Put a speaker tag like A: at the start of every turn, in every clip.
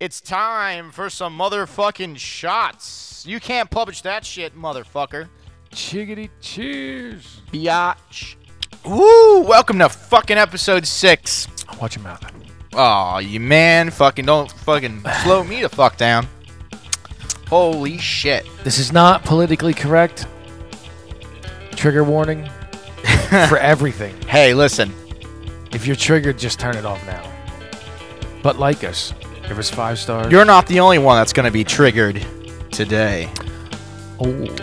A: It's time for some motherfucking shots. You can't publish that shit, motherfucker.
B: Chiggity cheers.
A: Biatch. Woo! Welcome to fucking episode six.
B: Watch your mouth.
A: Aw, you man, fucking don't fucking slow me the fuck down. Holy shit.
B: This is not politically correct. Trigger warning for everything.
A: Hey, listen.
B: If you're triggered, just turn it off now. But like us, if it's five stars,
A: You're not the only one that's gonna be triggered today.
B: oh,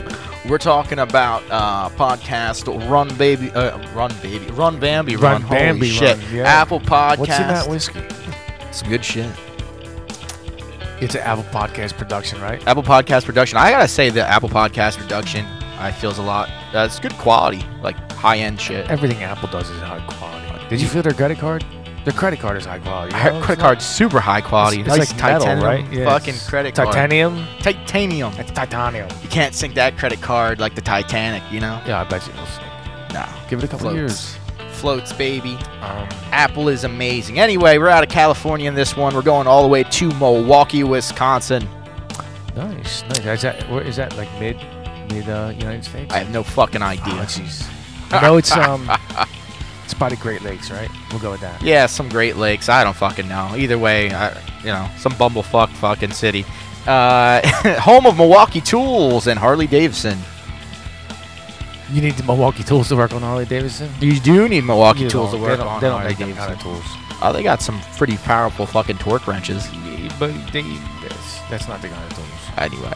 A: We're talking about uh, podcast Run Baby, uh, Run Baby, Run Bambi, Run,
B: Run
A: Holy
B: Bambi
A: shit.
B: Run, yeah.
A: Apple Podcast.
B: what's in that whiskey?
A: Some good shit.
B: It's an Apple Podcast production, right?
A: Apple Podcast production. I gotta say the Apple Podcast production. I feels a lot. Uh, it's good quality, like high end shit.
B: Everything Apple does is high quality. Did you feel their credit card? Their credit card is high quality.
A: Her
B: No, it's
A: credit
B: not.
A: card's super high quality.
B: It's, it's
A: nice
B: like metal,
A: titanium
B: right? Yeah,
A: fucking
B: it's
A: credit card.
B: Titanium.
A: Titanium.
B: It's titanium.
A: You can't sink that credit card like the Titanic, you know?
B: Yeah, I bet you. it'll sink.
A: No.
B: Give it a couple of
A: Floats.
B: years.
A: Floats, baby.
B: Um,
A: Apple is amazing. Anyway, we're out of California in this one. We're going all the way to Milwaukee, Wisconsin.
B: nice, nice. Is that where is that like mid, mid uh, United States?
A: I have no fucking
B: Oh,
A: idea.
B: jeez. I know it's um, it's by the Great Lakes, right? We'll go with that.
A: Yeah, some Great Lakes. I don't fucking know. Either way, I, you know, some bumblefuck fucking city. Uh, home of Milwaukee Tools and Harley Davidson.
B: You need the Milwaukee tools to work on Harley Davidson.
A: You do need Milwaukee
B: You
A: Tools to
B: don't.
A: work
B: they don't,
A: on
B: They don't
A: Harley
B: make them kind
A: Davidson.
B: of tools.
A: Oh, they got some pretty powerful fucking torque wrenches.
B: But they, that's, that's not the kind of tools.
A: Anyway,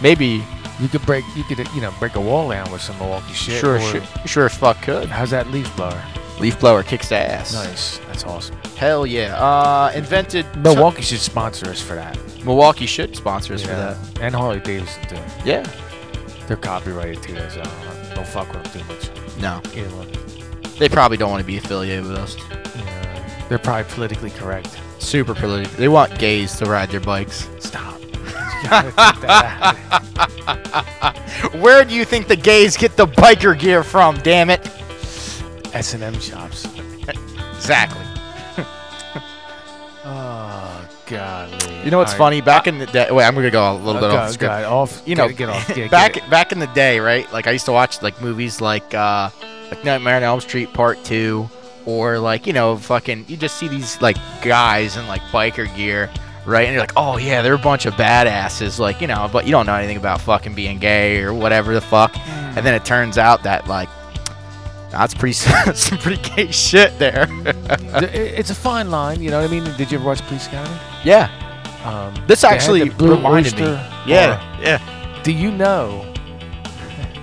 A: maybe
B: You could break, you could you know break a wall down with some Milwaukee shit.
A: sure,
B: or-
A: sure, sure as fuck could.
B: How's that leaf blower?
A: Leaf blower kicks ass.
B: Nice. That's awesome.
A: Hell yeah. Uh, invented
B: Milwaukee should sponsor us for that.
A: Milwaukee should sponsor us
B: Yeah.
A: for
B: And Harley Davidson too.
A: that. Yeah.
B: They're copyrighted too, so don't fuck with them too much.
A: No,
B: Either one.
A: they probably don't want to be affiliated with us.
B: Yeah. They're probably politically correct.
A: Super political. They want gays to ride their bikes.
B: Stop. You gotta take that out.
A: Where do you think the gays get the biker gear from? Damn it.
B: S and M shops.
A: Exactly.
B: Oh golly.
A: You know what's
B: All right.
A: funny? Back in the day, wait, I'm gonna go a little bit
B: Okay,
A: off the script.
B: okay, off.
A: you know,
B: get, get off. Get,
A: back
B: Get
A: back in the day, right? Like I used to watch like movies like uh, like Nightmare on Elm Street Part Two, or like you know, fucking, you just see these like guys in like biker gear, right? And you're like, oh yeah, they're a bunch of badasses, like you know, but you don't know anything about fucking being gay or whatever the fuck.
B: Hmm.
A: And then it turns out that like. That's pretty some pretty gay shit there.
B: it. It- It's a fine line. You know what I mean? Did you ever watch Police Academy?
A: yeah,
B: Um,
A: this
B: they had
A: actually
B: the Blue
A: reminded me.
B: Oyster
A: Yeah,
B: Horror.
A: yeah.
B: Do you know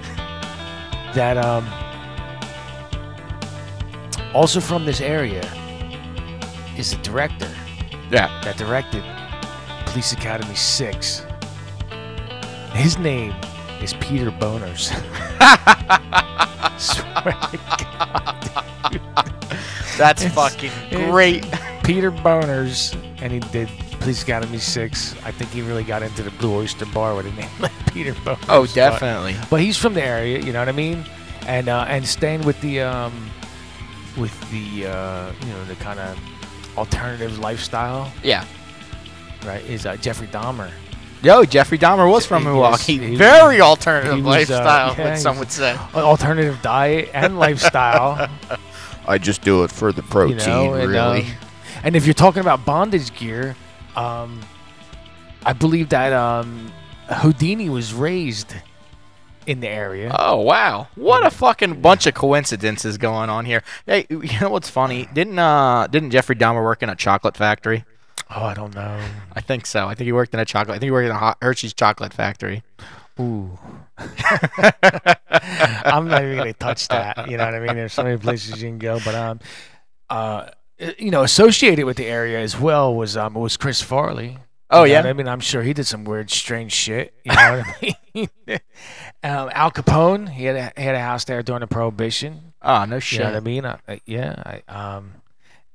B: that um, also from this area is a director
A: Yeah.
B: that directed Police Academy 6. His name is Peter Boners. Swear to God.
A: That's
B: It's-
A: fucking
B: it's-
A: great.
B: Peter Boners, and he did Police Academy 6. I think he really got into the Blue Oyster Bar with a name like Peter Boners.
A: Oh,
B: But-
A: definitely.
B: but he's from the area, you know what I mean? And uh, and staying with the um, with the uh, you know the kind of alternative lifestyle,
A: Yeah.
B: right? Is uh, Jeffrey Dahmer.
A: Yo, Jeffrey Dahmer was from
B: He was-
A: Milwaukee.
B: he was-
A: Very alternative
B: he was, uh,
A: lifestyle,
B: yeah,
A: what
B: he
A: some
B: was-
A: would say.
B: An alternative diet and lifestyle,
A: I just do it for the protein,
B: you know. And, um, and if you're talking about bondage gear, um, I believe that um, Houdini was raised in the area.
A: oh wow, what a fucking bunch of coincidences going on here. Hey, you know what's funny? Didn't uh didn't Jeffrey Dahmer work in a chocolate factory?
B: oh, I don't know.
A: I think so. I think he worked in a chocolate. I think he worked in a hot Hershey's chocolate factory.
B: Ooh. I'm not even gonna touch that. You know what I mean? There's so many places you can go, but um, uh, you know, associated with the area as well was um was Chris Farley.
A: Oh
B: You know
A: yeah,
B: what I mean, I'm sure he did some weird, strange shit. You know what I mean? um, Al Capone, he had a, he had a house there during the Prohibition.
A: oh no
B: You
A: shit.
B: know what I mean? I, I- yeah. I, um,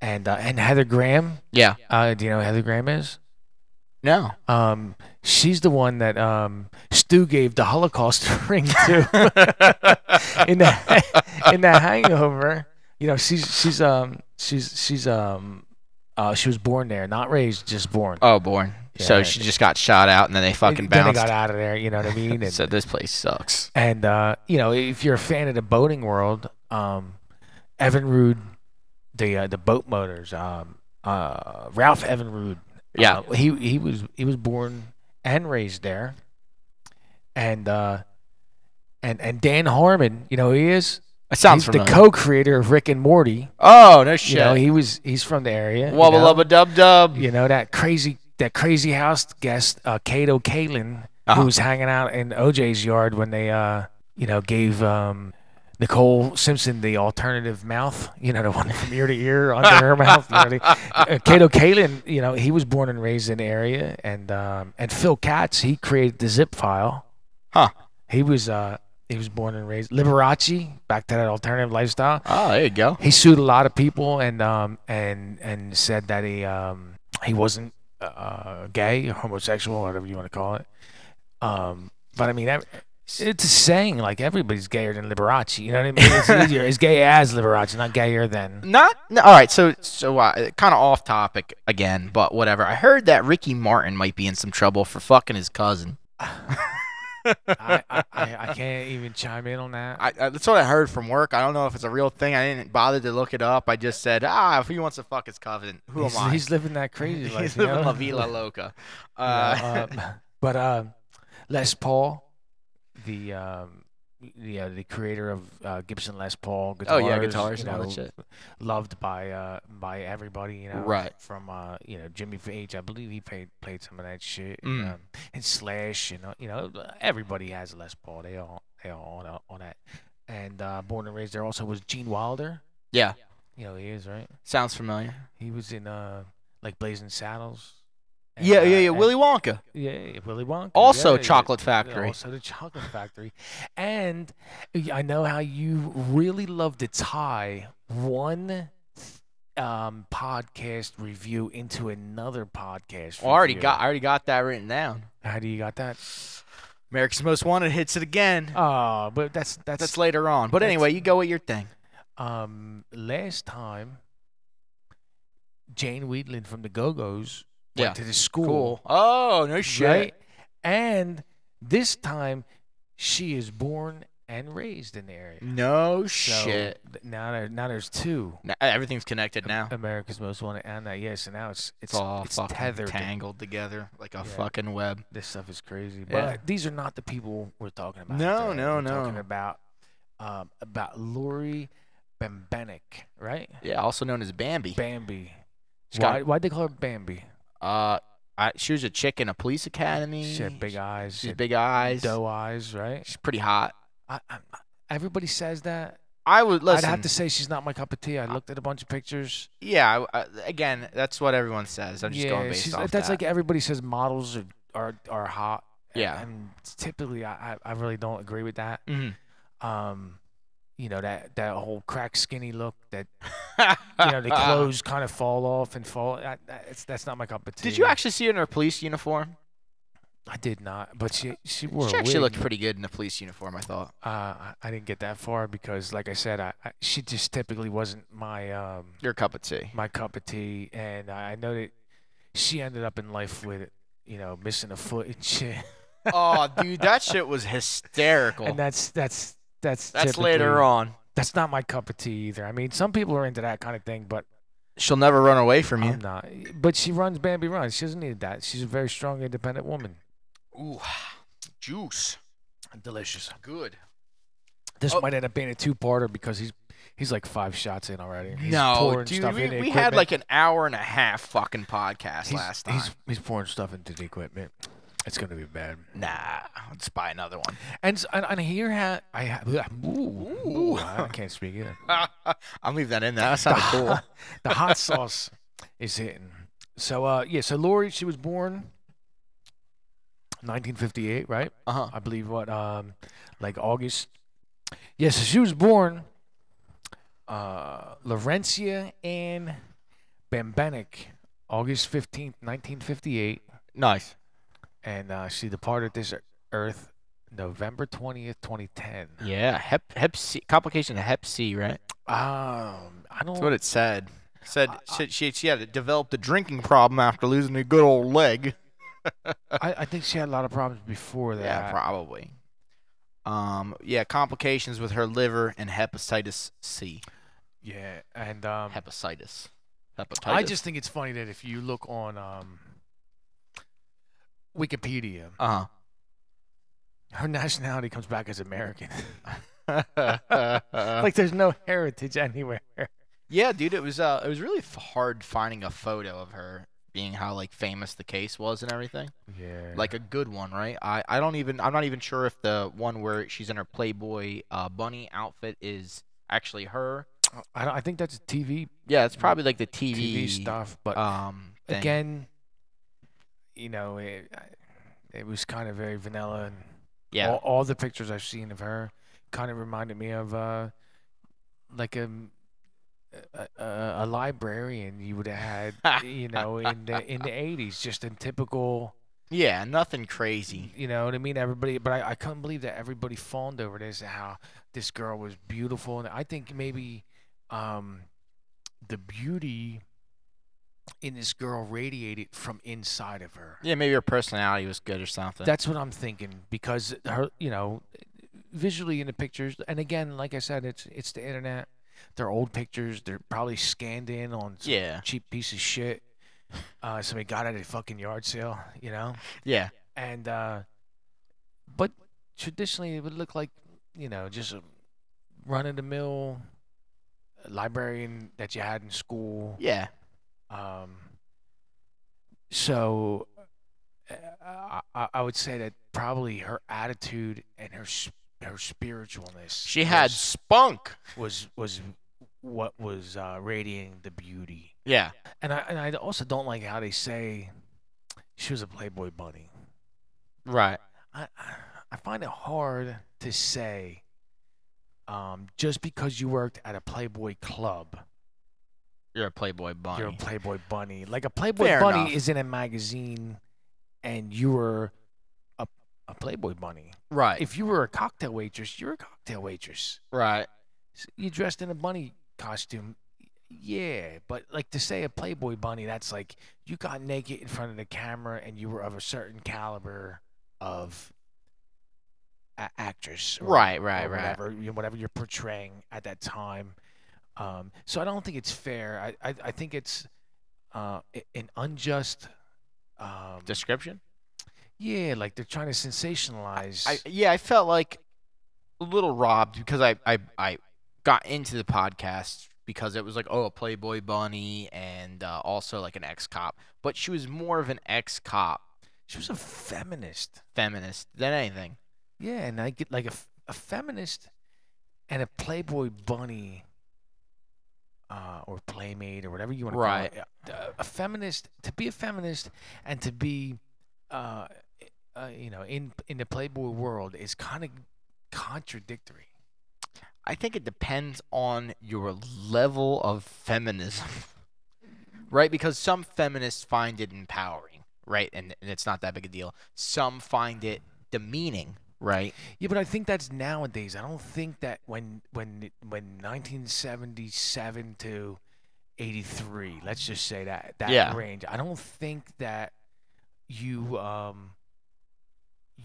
B: and uh, and Heather Graham.
A: Yeah,
B: Uh, do you know who Heather Graham is?
A: no.
B: Um, she's the one that um, Stu gave the Holocaust ring to in the in the Hangover. You know, she's she's um she's she's um uh she was born there, not raised, just born.
A: oh, born. So
B: Yeah.
A: she just got shot out, and then they fucking
B: Then they
A: bounced.
B: got out of there. You know what I mean? And,
A: so this place sucks.
B: and uh, you know, if you're a fan of the boating world, um, Evinrude, the uh, the boat motors, um, uh, Ralph Evinrude.
A: Yeah.
B: uh, he he was he was born and raised there, and uh, and and Dan Harmon, you know, who he is.
A: It sounds
B: he's
A: familiar.
B: the co-creator of Rick and Morty.
A: oh no
B: You
A: shit!
B: know, he was he's from the area. you
A: Wubba
B: know?
A: lubba dub dub.
B: you know that crazy that crazy house guest uh Kato Kalin
A: Uh-huh.
B: who was hanging out in OJ's yard when they uh you know gave um Nicole Simpson the alternative mouth you know the one from ear to ear under her mouth you know, the- uh, Kato Kalin you know he was born and raised in the area and um and Phil Katz he created the zip file
A: Huh.
B: he was uh he was born and raised Liberace back to that alternative lifestyle
A: Oh, there you go.
B: he sued a lot of people and um and and said that he um he wasn't uh gay or homosexual whatever you want to call it um but i mean that it's a saying like everybody's gayer than Liberace, you know what I mean? It's easier. It's gay as Liberace, not gayer than.
A: Not no, all right. So so uh, kind of off topic again, but whatever. I heard that Ricky Martin might be in some trouble for fucking his cousin.
B: I, I, I, I can't even chime in on that.
A: I, I, that's what I heard from work. I don't know if it's a real thing. I didn't bother to look it up. I just said, ah, if he wants to fuck his cousin, who
B: he's,
A: am I?
B: he's living that crazy life.
A: He's
B: you
A: living
B: know?
A: La Vida Loca. Uh,
B: Yeah, uh, but uh, Les Paul, the um, yeah, the creator of uh, Gibson Les Paul
A: oh
B: guitars,
A: yeah,
B: you
A: guitars and all
B: know,
A: that shit.
B: loved by uh, by everybody, you know,
A: Right.
B: From uh, you know Jimmy Page, I believe he played played some of that shit,
A: Mm.
B: um, and Slash, you know, you know, everybody has a Les Paul, they all they all on, a- on that, and uh, born and raised there also was Gene Wilder,
A: Yeah,
B: you know, he is right,
A: sounds familiar.
B: he was in uh like Blazing Saddles. and,
A: Yeah,
B: uh,
A: yeah, yeah.
B: and-
A: Willy Wonka.
B: yeah, yeah, Willy Wonka.
A: Also,
B: yeah, yeah,
A: Chocolate
B: yeah,
A: Factory.
B: Also, the Chocolate Factory. And y- I know how you really love to tie one um, podcast review into another podcast.
A: Well, I already
B: review.
A: got. I already got that written down.
B: How do you got that?
A: America's Most Wanted hits it again.
B: Oh, but that's that's,
A: That's later on. But
B: that's-
A: anyway, you go with your thing.
B: um last time. Jane Wheatland from the Go Go's
A: Yeah.
B: went to the school.
A: Cool. Oh no shit.
B: Right? And this time, she is born and raised in the area.
A: No
B: So
A: shit.
B: th- Now there, now there's two.
A: Now, everything's connected
B: Am-
A: now.
B: America's Most Wanted and that yes, and now it's it's,
A: It's all
B: it's
A: fucking
B: tethered.
A: tangled together like a
B: Yeah.
A: fucking web.
B: This stuff is crazy. But
A: Yeah.
B: these are not the people we're talking about.
A: No,
B: today.
A: no,
B: We're Talking
A: no.
B: about um, about Lori Bambenek, right?
A: Yeah, also known as Bambi.
B: Bambi.
A: She's
B: Why
A: got-
B: why'd they call her Bambi?
A: uh, I, she was a chick in a police academy.
B: She had big eyes.
A: She's
B: had
A: big eyes.
B: Doe eyes, right?
A: She's pretty hot.
B: I, I, everybody says that.
A: I would listen.
B: I'd have to say she's not my cup of tea. I looked at a bunch of pictures.
A: yeah. I, I, again, that's what everyone says. I'm just going based
B: she's-
A: off
B: That's
A: that.
B: like everybody says models are are, are hot. and-
A: Yeah.
B: and typically I, I I really don't agree with that.
A: Mhm.
B: Um, you know that that whole crack skinny look that
A: Mm-hmm.
B: you know the clothes kind of fall off and fall. I, that's that's not my cup of tea.
A: Did you actually see her in her police uniform?
B: I did not, but she she wore
A: she
B: a
A: actually
B: wig.
A: looked pretty good in a police uniform. I thought.
B: uh, I- I didn't get that far because, like I said, I, I she just typically wasn't my um
A: Your cup of tea.
B: my cup of tea, and I know that she ended up in life with you know missing a foot and shit.
A: oh, dude, that shit was hysterical.
B: And that's that's that's
A: that's
B: typically-
A: later on.
B: That's not my cup of tea either. I mean, some people are into that kind of thing, but
A: She'll never run away from you.
B: I'm not. But she runs Bambi runs. She doesn't need that. She's a very strong, independent woman.
A: Um, Ooh, juice.
B: Delicious.
A: Good.
B: This
A: Oh.
B: might end up being a two-parter because he's he's like five shots in already. He's
A: no,
B: pouring
A: dude,
B: stuff
A: we,
B: into
A: we had
B: equipment.
A: like an hour and a half fucking podcast
B: he's,
A: last time.
B: He's, he's pouring stuff into the equipment. It's gonna be bad.
A: Nah, let's buy another one.
B: And s- and, and here ha- I ha- ooh,
A: Ooh.
B: ooh, I can't speak either.
A: I'll leave that in there. That sounded cool.
B: the hot sauce is hitting. So uh yeah, so Lori, she was born 1958, right?
A: Uh huh.
B: I believe what um like August. Yes, so she was born uh Laurencia Ann Bambenek, August 15th, 1958,
A: Nice.
B: and uh, she departed this earth November 20th, 2010.
A: Yeah, hep hep C complication of hep C, right?
B: Um, I
A: That's
B: don't
A: what it said. Said
B: I-
A: she, she she had developed a drinking problem after losing a good old leg.
B: I, I think she had a lot of problems before that.
A: Yeah, probably. Um, yeah, complications with her liver and hepatitis C.
B: Yeah, and um,
A: Hepatitis. Hepatitis.
B: I just think it's funny that if you look on um, Wikipedia,
A: Uh
B: her nationality comes back as American.
A: huh. Oh.
B: like there's no heritage anywhere.
A: yeah, dude, it was uh, it was really f- hard finding a photo of her, being how like famous the case was and everything.
B: Yeah.
A: Like a good one, right? I I don't even I'm not even sure if the one where she's in her Playboy uh, bunny outfit is actually her.
B: I, don't- I think that's TV
A: Yeah, it's probably like the
B: TV
A: TV,
B: stuff, but
A: Um, thing.
B: again, you know, it, it was kind of very vanilla, and
A: yeah,
B: all, all the pictures I've seen of her kind of reminded me of uh, like a, a a a librarian you would have had, you know, in the in the '80s, just in typical,
A: yeah, nothing crazy.
B: you know what I mean? Everybody, but I, I couldn't believe that everybody fawned over this, how this girl was beautiful, and I think maybe um, the beauty in this girl radiated from inside of her.
A: Yeah, maybe her personality was good or something.
B: That's what I'm thinking because her, you know, visually in the pictures, and again, like I said, it's it's the internet. They're old pictures. They're probably scanned in on some
A: yeah,
B: cheap piece of shit. Uh, somebody got at a fucking yard sale, you know.
A: yeah,
B: And uh, but traditionally, it would look like you know just a run-of-the-mill librarian that you had in school.
A: yeah.
B: Um, so uh, I, I- I would say that probably her attitude and her s- her spiritualness
A: She had
B: was
A: spunk.
B: was, was what was uh, radiating the beauty.
A: Yeah.
B: And I and I also don't like how they say she was a Playboy bunny.
A: Right.
B: I I find it hard to say. Um, just because you worked at a Playboy club,
A: You're a Playboy bunny.
B: You're a Playboy bunny. Like a Playboy
A: Fair
B: bunny
A: enough.
B: is in a magazine, and you were a, a Playboy bunny.
A: right.
B: If you were a cocktail waitress, you're a cocktail waitress.
A: right.
B: S- You dressed in a bunny costume. Yeah, but like to say a Playboy bunny, that's like you got naked in front of the camera and you were of a certain caliber of a- actress. or-
A: Right. Right.
B: or
A: Right.
B: whatever, you know, whatever you're portraying at that time. Um, so I don't think it's fair. I, I, I think it's uh, a- an unjust. Um,
A: Description.
B: yeah, like they're trying to sensationalize.
A: I yeah. I felt like a little robbed because I I I got into the podcast because it was like oh a Playboy bunny and uh, also like an ex cop, but she was more of an ex cop
B: she was a feminist.
A: feminist than anything.
B: Yeah, and I get like a, f- a feminist and a Playboy bunny uh, or Playmate or whatever you want
A: Right.
B: to call it. uh, A, a feminist, to be a feminist and to be, uh, uh, you know, in, in the Playboy world is kind of contradictory.
A: I think it depends on your level of feminism, right? Because some feminists find it empowering, right? And, and it's not that big a deal. Some find it demeaning, right?
B: Yeah, but I think that's nowadays. I don't think that when when it- when 1977 to 83, let's just say that that
A: Yeah.
B: range. I don't think that you um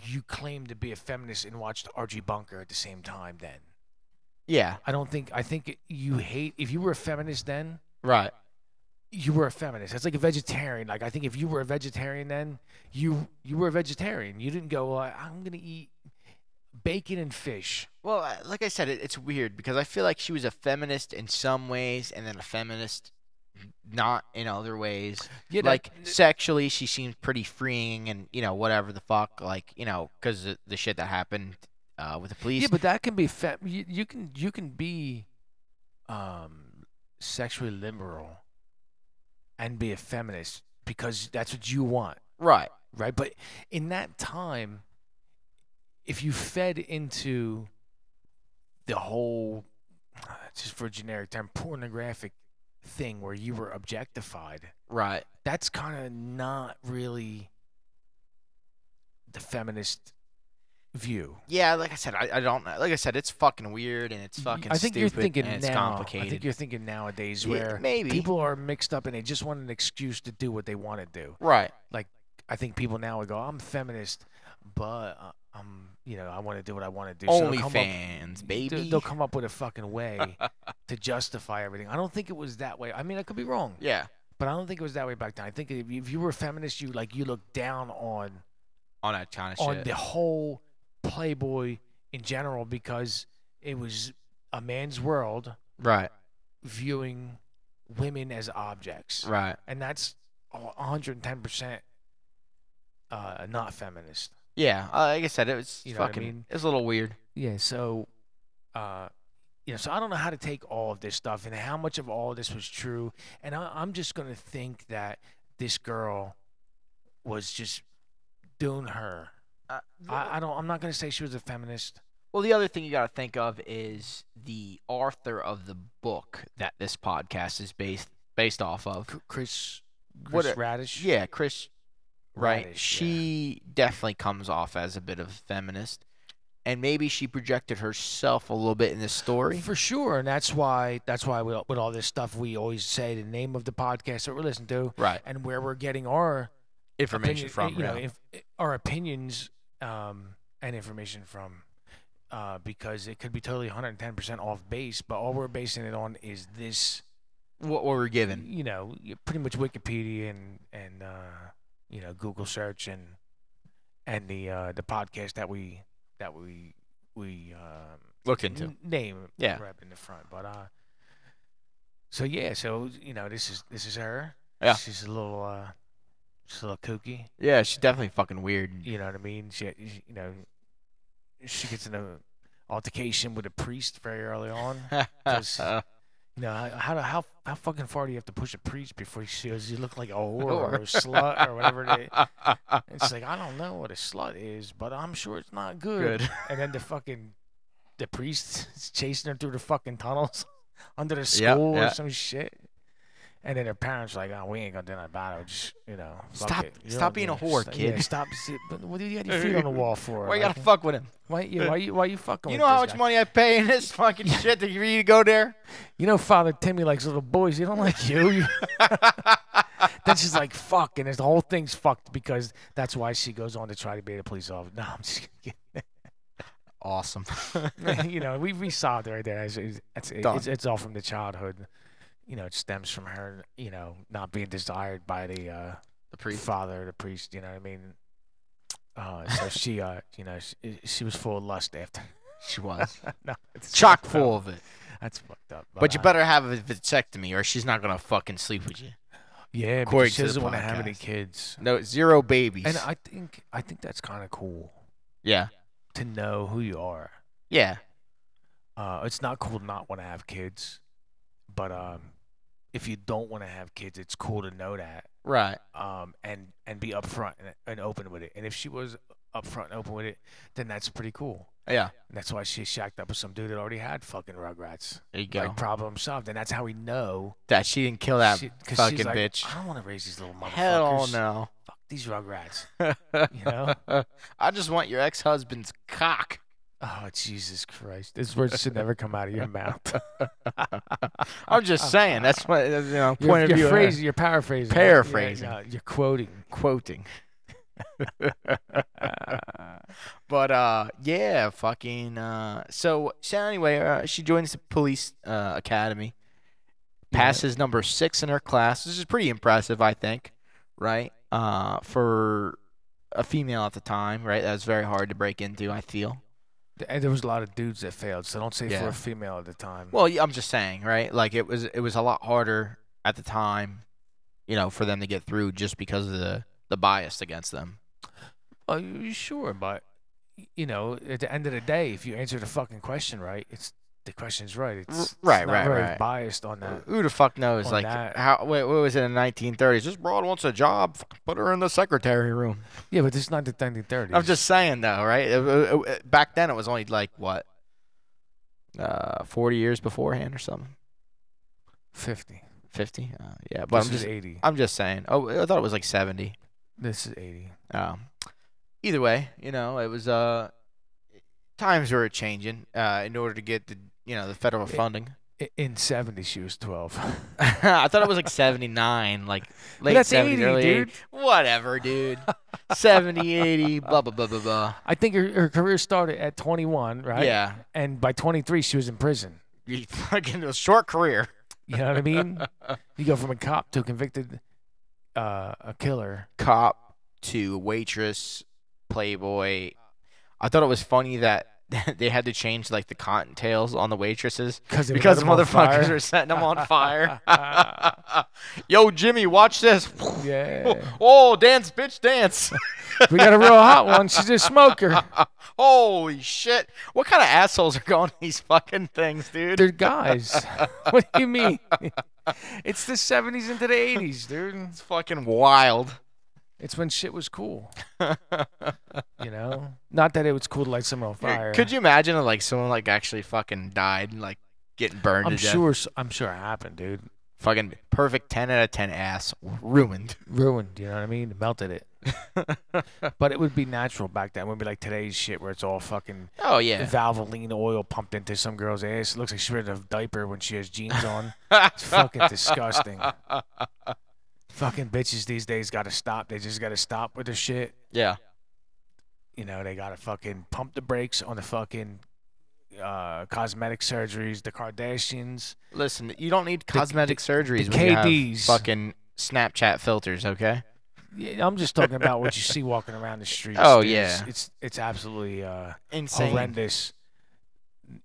B: you claim to be a feminist and watched R.G. Bunker at the same time then.
A: Yeah,
B: I don't think I think it- you hate if you were a feminist then,
A: right.
B: you were a feminist. That's like a vegetarian. Like I think if you were a vegetarian then, you you were a vegetarian. You didn't go, uh, I'm going to eat bacon and fish.
A: Well, I- like I said, it, it's weird because I feel like she was a feminist in some ways and then a feminist not in other ways.
B: Yeah, that-
A: like
B: n-
A: sexually, she seemed pretty freeing and, you know, whatever the fuck, like, you know, because the, the shit that happened uh, with the police.
B: yeah, but that can be fem- you, you can you can be um sexually liberal and be a feminist because that's what you want,
A: right.
B: right? But in that time if you fed into the whole ah, just for a generic term pornographic thing where you were objectified,
A: Right.
B: that's kind of not really the feminist view.
A: Yeah, like I said, I, I don't know. Like I said, it's fucking weird and it's
B: Y-
A: fucking
B: I think
A: stupid
B: you're thinking
A: and it's
B: now-
A: complicated.
B: I think you're thinking nowadays
A: Yeah,
B: where
A: maybe.
B: people are mixed up and they just want an excuse to do what they want to do.
A: right.
B: I think people now would go, I'm feminist, but uh, I'm, you know, I want to do what I want to do. they'll come up-
A: OnlyFans,
B: they'll-
A: baby.
B: They'll come up with a fucking way to justify everything. I don't think it was that way. I mean, I could be wrong,
A: yeah,
B: but I don't think it was that way back then. I think if you, if you were a feminist, you like you looked down on
A: on that kind of
B: on
A: shit.
B: the whole Playboy in general because it was a man's world
A: right,
B: viewing women as objects,
A: right.
B: and that's 110 percent uh, not feminist.
A: Yeah, uh, like I said, it was
B: You know what I
A: fucking.
B: mean?
A: It was a little weird.
B: Yeah. So, uh, you know, so I don't know how to take all of this stuff and how much of all of this was true, and I, I'm just gonna think that this girl was just doing her.
A: Uh,
B: I, I don't. I'm not gonna say she was a feminist.
A: Well, the other thing you got to think of is the author of the book that this podcast is based based off of.
B: C- Chris.
A: What
B: Chris
A: a-
B: Radish.
A: Yeah, Chris. Right.
B: Radish,
A: she definitely comes off as a bit of a feminist, and maybe she projected herself a little bit in this story.
B: For sure, and that's why that's why we, with all this stuff we always say the name of the podcast that we're listening to
A: Right.
B: and where we're getting our
A: Information
B: opinion-
A: from
B: you know,
A: yeah.
B: if, our opinions um, and information from uh, because it could be totally 110% off base, but all we're basing it on is this,
A: what were we given.
B: you know, pretty much Wikipedia and and uh, you know Google search and and the uh, the podcast that we that we we um,
A: Look
B: n- name
A: Yeah.
B: right up in the front. But uh so yeah, so you know, this is this is her.
A: Yeah.
B: She's a little uh she's a little kooky.
A: Yeah, she's definitely fucking weird.
B: You know what I mean? She, she- you know she gets in a altercation with a priest very early on. Just- You know, how how how, how fucking far do you have to push a priest before she says you look like a whore or a slut or whatever it is? It's like I don't know what a slut is, but I'm sure it's not
A: Good.
B: and then the fucking the priest is chasing her through the fucking tunnels under the school
A: Yeah,
B: or
A: yeah.
B: some shit. And then her parents are like, oh, we ain't gonna do nothing about it. Just you know, fuck
A: Stop-
B: it.
A: stop
B: all
A: being a
B: good."
A: whore,
B: Stop-
A: kid.
B: Yeah, stop. sit- But what do you got your feet on the wall for?
A: Why you
B: Like,
A: gotta fuck with him?
B: why, yeah, why you why you fucking?
A: You
B: with
A: know how
B: this
A: much
B: guy?
A: money I pay in this fucking shit to for you to go there?
B: You know, Father Timmy likes little boys. He don't like you. that's just like fuck, and this whole thing's fucked because that's why she goes on to try to be a police officer. No, I'm just kidding.
A: Awesome.
B: you know, we we saw it right there. It's, it's, it's,
A: Done.
B: it's, it's all from the childhood. You know, it stems from her. You know, not being desired by the uh,
A: the priest.
B: father, the priest. You know what I mean? Uh, so she, uh, you know, she, she was full of lust after.
A: She was.
B: no, it's
A: Chock
B: fucked up.
A: full of it.
B: That's fucked up.
A: But you
B: uh,
A: better have a vasectomy or she's not gonna fucking sleep with you.
B: yeah,
A: According to
B: because she
A: the
B: doesn't want to have any
A: podcast.
B: kids.
A: No, zero babies.
B: And I think I think that's kind of cool
A: yeah.
B: to know who you are.
A: Yeah.
B: Uh, it's not cool to not want to have kids, but um, if you don't want to have kids, it's cool to know that
A: Right.
B: um, and and be upfront and, and open with it. And if she was upfront and open with it, then that's pretty cool.
A: Yeah.
B: And that's why she shacked up with some dude that already had fucking Rugrats.
A: There you go.
B: Like problem solved. And that's how we know
A: that she didn't kill that
B: she- 'cause she's
A: fucking
B: like,
A: bitch.
B: I don't want to raise these little motherfuckers.
A: Hell no.
B: Fuck these Rugrats.
A: you
B: know?
A: I just want your ex husband's cock.
B: Oh Jesus Christ! These words should never come out of your mouth.
A: I'm just saying. That's what you know.
B: You're-
A: Point of
B: you're
A: view.
B: phrasing- you're paraphrasing. Yeah,
A: Paraphrasing.
B: yeah, you're quoting.
A: quoting. but uh, yeah, fucking. Uh, so so anyway, uh, she joins the police uh, academy, passes number six in her class. This is pretty impressive, I think. Right? Uh, for a female at the time, right? That was very hard to break into. I feel.
B: And there was a lot of dudes that failed, so don't say for
A: Yeah.
B: a female at the time.
A: Well, yeah, I'm just saying, right? Like it was it was a lot harder at the time, you know, for them to get through just because of the the bias against them.
B: Well, you- sure, but you know, at the end of the day, if you answer the fucking question right, it's the question's right. It's, it's
A: right,
B: not
A: right,
B: very
A: right.
B: biased on that.
A: Who the fuck knows?
B: On
A: Like,
B: that.
A: how? Wait, what was it in the 1930s? This broad wants a job. Fuck, Put her in the secretary room.
B: Yeah, but this is not the 1930s.
A: I'm just saying, though, right? It- it- it- back then, it was only like what, uh, 40 years beforehand or something,
B: 50.
A: 50. Uh, yeah, but
B: this
A: I'm
B: is
A: just,
B: 80.
A: I'm just saying. Oh, I thought it was like 70.
B: This is 80.
A: Um, either way, you know, it was uh, times were changing. Uh, in order to get the you know the federal
B: It-
A: funding,
B: I- in '70s she was 12.
A: I thought it was like 79, like late
B: that's
A: 70s,
B: 80,
A: early
B: dude.
A: 80s. Whatever, dude. 70, 80, blah, blah, blah, blah, blah.
B: I think her, her career started at 21, right?
A: Yeah.
B: And by 23 she was in prison.
A: You fucking, a short career.
B: You know what I mean? you go from a cop to a convicted uh, a killer.
A: Cop to waitress, Playboy. I thought it was funny that they had to change like the cotton tails on the waitresses
B: Cause they
A: because
B: lit 'em on
A: motherfuckers
B: fire.
A: were setting them on fire. Yo, Jimmy, watch this.
B: Yeah.
A: Oh, dance, bitch, dance.
B: we got a real hot one. She's a smoker.
A: Holy shit. What kind of assholes are going to these fucking things, dude?
B: They're guys. what do you mean? it's the 70s into the 80s, dude.
A: It's fucking wild.
B: It's when shit was cool. you know? Not that it was cool to light someone on fire.
A: Could you imagine like someone like actually fucking died and like getting burned
B: I'm
A: to death?
B: sure s- I'm sure it happened, dude.
A: Fucking perfect 10 out of 10 ass ruined.
B: Ruined, you know what I mean? Melted it. but it would be natural back then. It would be like today's shit where it's all fucking
A: Oh yeah.
B: Valvoline oil pumped into some girl's ass. It looks like she's wearing a diaper when she has jeans on. It's fucking disgusting. fucking bitches these days got to stop. They just got to stop with their shit.
A: Yeah.
B: You know, they got to fucking pump the brakes on the fucking uh, cosmetic surgeries, the Kardashians.
A: Listen, you don't need cosmetic surgeries
B: the
A: when you have
B: KDs.
A: fucking Snapchat filters, okay?
B: Yeah, I'm just talking about what you see walking around the streets.
A: Oh,
B: dude. It's-
A: yeah.
B: It's, it's absolutely uh,
A: Insane.
B: horrendous.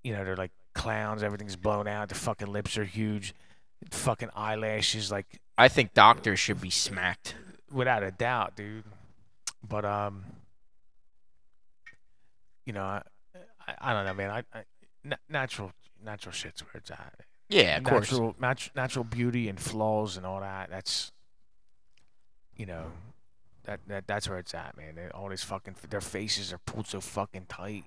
B: You know, they're like clowns. Everything's blown out. The fucking lips are huge. Fucking eyelashes, like
A: I think doctors should be smacked.
B: without a doubt, dude. But um, you know, I, I, I don't know, man. I, I na- natural natural shit's where it's at.
A: Yeah, of course.
B: natural, natu- natural beauty and flaws and all that. That's you know. That, that that's where it's at, man. They, all these fucking their faces are pulled so fucking tight.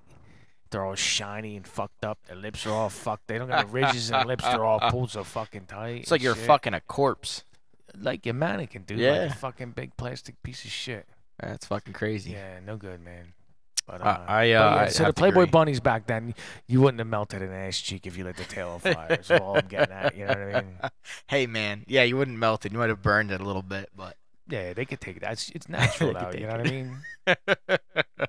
B: They're all shiny and fucked up. Their lips are all fucked. They don't got the ridges in their lips. They're all pulled so fucking tight.
A: It's like
B: and
A: you're
B: shit
A: fucking a corpse.
B: like your mannequin, dude. Like
A: Yeah.
B: a fucking big plastic piece of shit.
A: That's fucking crazy.
B: Yeah, no good, man. But, uh,
A: I- I,
B: but
A: uh,
B: yeah,
A: I
B: so the
A: have to
B: Playboy
A: agree.
B: bunnies back then, you wouldn't have melted an ass cheek if you lit the tail on fire. That's all I'm getting at. You know what I mean?
A: Hey man, yeah, you wouldn't melt it. You might have burned it a little bit, but
B: Yeah, they could take that. It's, it's natural
A: They could
B: though. You
A: take
B: know what I mean?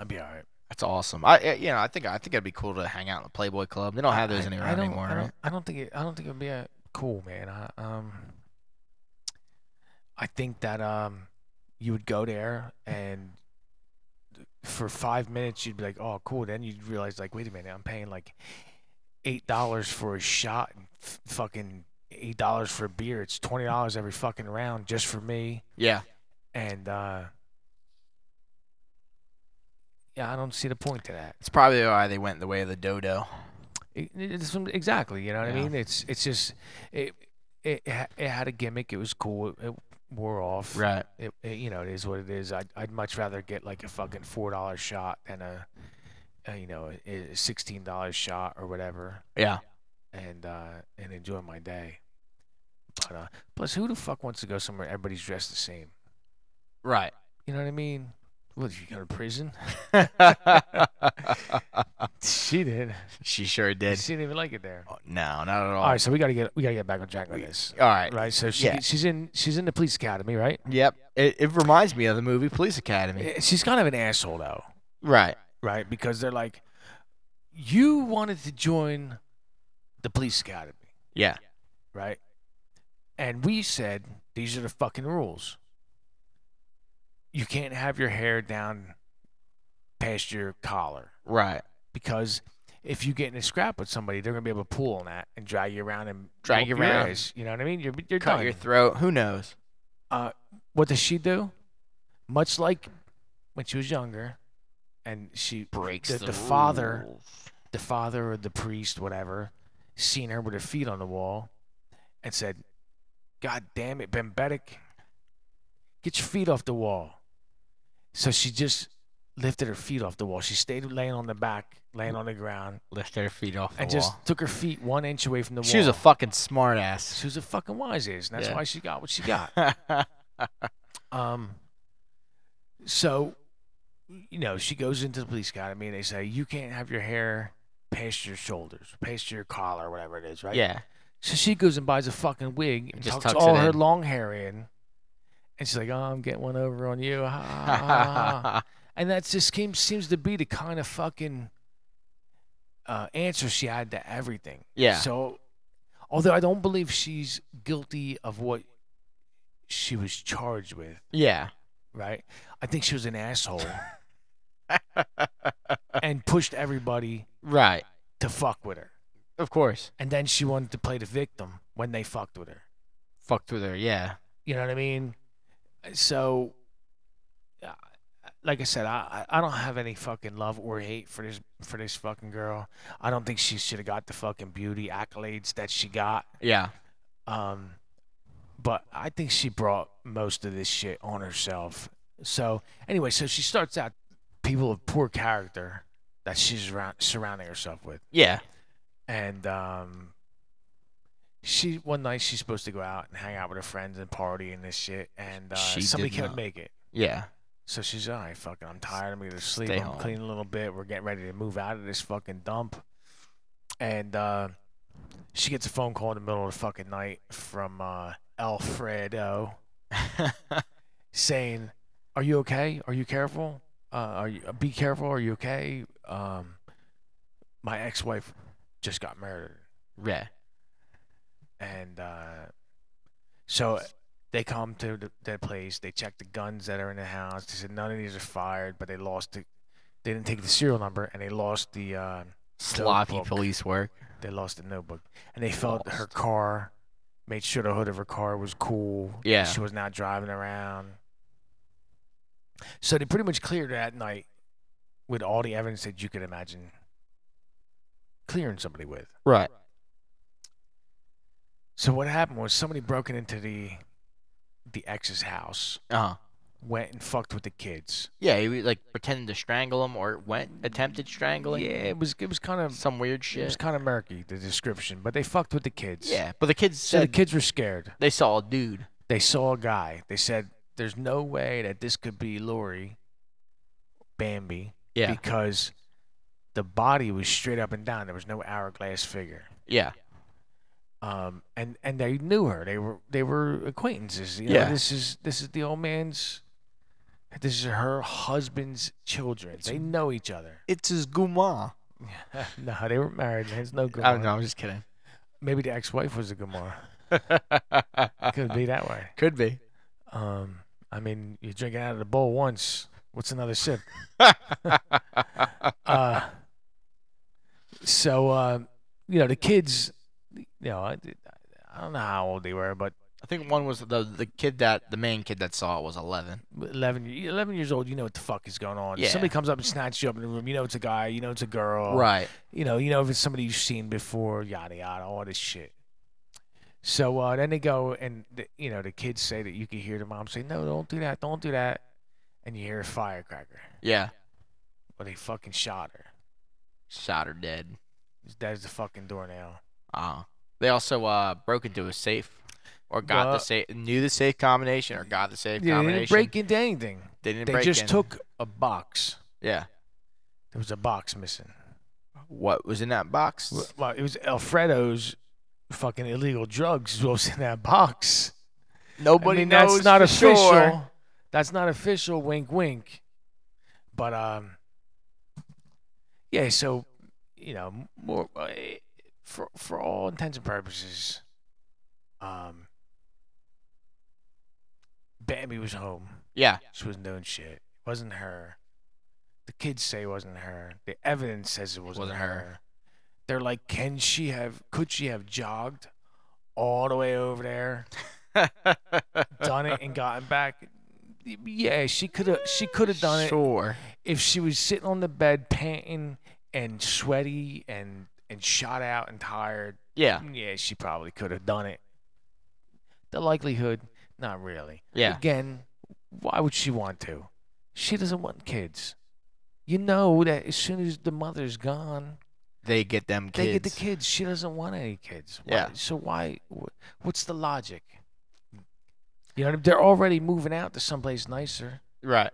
B: I'd be all right.
A: That's awesome. I, I- you know, I think I think it'd be cool to hang out in the Playboy Club. They don't have those
B: I-
A: anywhere
B: I don't,
A: anymore.
B: I
A: Right?
B: don't, I don't think it. I don't think it'd be a, cool, man. I, um, I think that um, you would go there and for five minutes you'd be like, oh, cool. Then you'd realize like, wait a minute, I'm paying like eight dollars for a shot and f- fucking eight dollars for a beer. It's twenty dollars every fucking round just for me
A: Yeah,
B: and. uh yeah, I don't see the point to that.
A: it's probably why they went the way of the dodo.
B: It- it's from- exactly. You know what I
A: Yeah.
B: mean? It's it's just it it ha- it had a gimmick. It was cool. It, it wore off.
A: Right.
B: It, it- you know it is what it is. I'd I'd much rather get like a fucking four dollar shot than a, a you know a a sixteen dollar shot or whatever
A: Yeah.
B: and uh and enjoy my day. But uh, plus who the fuck wants to go somewhere everybody's dressed the same?
A: Right.
B: You know what I mean? Well, you go to prison. she did.
A: she sure did.
B: She didn't even like it there.
A: Oh, No, not at all.
B: All right, so we gotta get we gotta get back on track with this.
A: All right.
B: right? So she,
A: Yeah.
B: she's in she's in the police academy, right?
A: Yep. It, it reminds me of the movie Police Academy.
B: Eh, She's kind of an asshole though,
A: right.
B: right? Because they're like, you wanted to join the police academy,
A: Yeah.
B: right? And we said these are the fucking rules. You can't have your hair down past your collar
A: Right.
B: because if you get in a scrap with somebody, they're gonna be able to pull on that and drag you around and
A: Drag
B: whoop
A: you
B: your
A: around.
B: ass, You know what I mean? You're you're
A: Cut
B: done.
A: your throat. Who knows?
B: uh, what does she do? Much like when she was younger, and she
A: Breaks
B: the, the father, the father or the priest, whatever, seen her with her feet on the wall, and said, "God damn it, Bembetic, get your feet off the wall." So she just lifted her feet off the wall. She stayed laying on the back, laying on the ground,
A: Lift their feet off the
B: and
A: wall.
B: just took her feet one inch away from the
A: she
B: wall.
A: was a fucking smart ass.
B: she was a fucking wise ass, and that's
A: Yeah.
B: why she got what she got. Um, so, you know, she goes into the police academy and they say, you can't have your hair past your shoulders, past your collar, whatever it is, right?
A: Yeah.
B: So she goes and buys a fucking wig and
A: Just
B: tucks
A: tucks
B: all
A: it
B: her
A: in.
B: long hair in. And she's like, "Oh, I'm getting one over on you." Ha, ha, ha, ha, ha. and that just seems seems to be the kind of fucking uh, answer she had to everything.
A: yeah.
B: So, although I don't believe she's guilty of what she was charged with,
A: yeah.
B: right? I think she was an asshole and pushed everybody
A: Right.
B: to fuck with her.
A: Of course.
B: And then she wanted to play the victim when they fucked with her.
A: Fucked with her. Yeah.
B: You know what I mean? So, uh, like I said, I I I don't have any fucking love or hate for this for this fucking girl. I don't think she should have got the fucking beauty accolades that she got.
A: Yeah.
B: Um, but I think she brought most of this shit on herself. So anyway, so she starts out people of poor character that she's around, surrounding herself with,
A: Yeah.
B: and um, she one night she's supposed to go out and hang out with her friends and party and this shit, and uh,
A: She
B: somebody
A: did
B: can't
A: not.
B: make it.
A: Yeah.
B: So she's all right, fucking. I'm tired. I'm gonna sleep.
A: Stay
B: I'm
A: home.
B: clean a little bit. We're getting ready to move out of this fucking dump. And uh, she gets a phone call in the middle of the fucking night from uh, Alfredo saying, "Are you okay? Are you careful? Uh, are you be careful? Are you okay? Um, my ex-wife just got murdered."
A: yeah.
B: and uh, so they come to the, their place. They check the guns that are in the house. They said none of these are fired, but they lost the, they didn't take the serial number, and they lost the uh,
A: Sloppy
B: Notebook.
A: police work.
B: they lost the notebook, and they felt her car, made sure the hood of her car was cool.
A: Yeah.
B: she was not driving around. So they pretty much cleared that night with all the evidence that you could imagine clearing somebody with.
A: Right.
B: So what happened was somebody broken into the the ex's house,
A: Uh huh.
B: went and fucked with the kids.
A: Yeah. He was, like pretended to strangle him or went attempted strangling.
B: Yeah, it was it was kind of
A: Some weird
B: it was
A: shit.
B: kind of murky the description, but they fucked with the kids.
A: Yeah. But the kids
B: So the
A: said
B: kids were scared.
A: they saw a dude.
B: They saw a guy. They said, "There's no way that this could be Lori, Bambi,
A: Yeah.
B: because the body was straight up and down. There was no hourglass figure."
A: Yeah.
B: um, and and they knew her. They were they were acquaintances. You know,
A: Yeah.
B: This is this is the old man's. This is her husband's children. They know each other.
A: It's his guma.
B: no, they were married. There's no
A: I don't
B: Gomorrah.
A: know. I'm just kidding.
B: Maybe the ex-wife was a Gomorrah. Could be that way.
A: Could be.
B: Um, I mean, you drink it out of the bowl once. What's another sip? uh, so uh, you know the kids. You know, I, I don't know how old they were, but
A: I think one was the the kid that the main kid that saw it was 11.
B: 11, y- 11 years old, you know what the fuck is going on.
A: Yeah.
B: Somebody comes up and snatches you up in the room. You know it's a guy. You know it's a girl.
A: Right.
B: You know, you know if it's somebody you've seen before. Yada yada, all this shit. So uh, then they go and the, you know the kids say that you can hear the mom say, "No, don't do that, don't do that," and you hear a firecracker.
A: Yeah.
B: Well, they fucking shot her.
A: Shot her dead.
B: As dead as the fucking doornail.
A: Uh, they also uh, broke into a safe or got the
B: Well-
A: safe, knew the safe combination or got the safe
B: Yeah, they
A: combination.
B: didn't break into anything.
A: They didn't
B: They
A: break
B: just
A: in.
B: took a box.
A: Yeah.
B: There was a box missing.
A: What was in that box?
B: Well, it was Alfredo's fucking illegal drugs was in that box.
A: Nobody
B: I mean,
A: knows.
B: that's not
A: for
B: official.
A: Sure.
B: That's not official. Wink, wink. But um, yeah. So you know, more uh, for for all intents and purposes, um, Bambi was home.
A: Yeah.
B: She wasn't doing shit. It wasn't her. The kids say it wasn't her. The evidence says it wasn't,
A: Wasn't
B: her.
A: her.
B: They're like, can she have? Could she have jogged all the way over there? done it and gotten back. Yeah, she could have. She could have done it
A: sure.
B: if she was sitting on the bed panting and sweaty and and shot out and tired.
A: Yeah.
B: Yeah, she probably could have done it. The likelihood, not really.
A: Yeah.
B: Again, why would she want to? She doesn't want kids. You know that as soon as the mother's gone,
A: They get them kids.
B: they get the kids. She doesn't want any kids. Why-
A: Yeah.
B: So why? wh- What's the logic? You know, what I mean? they're already moving out to someplace nicer,
A: Right.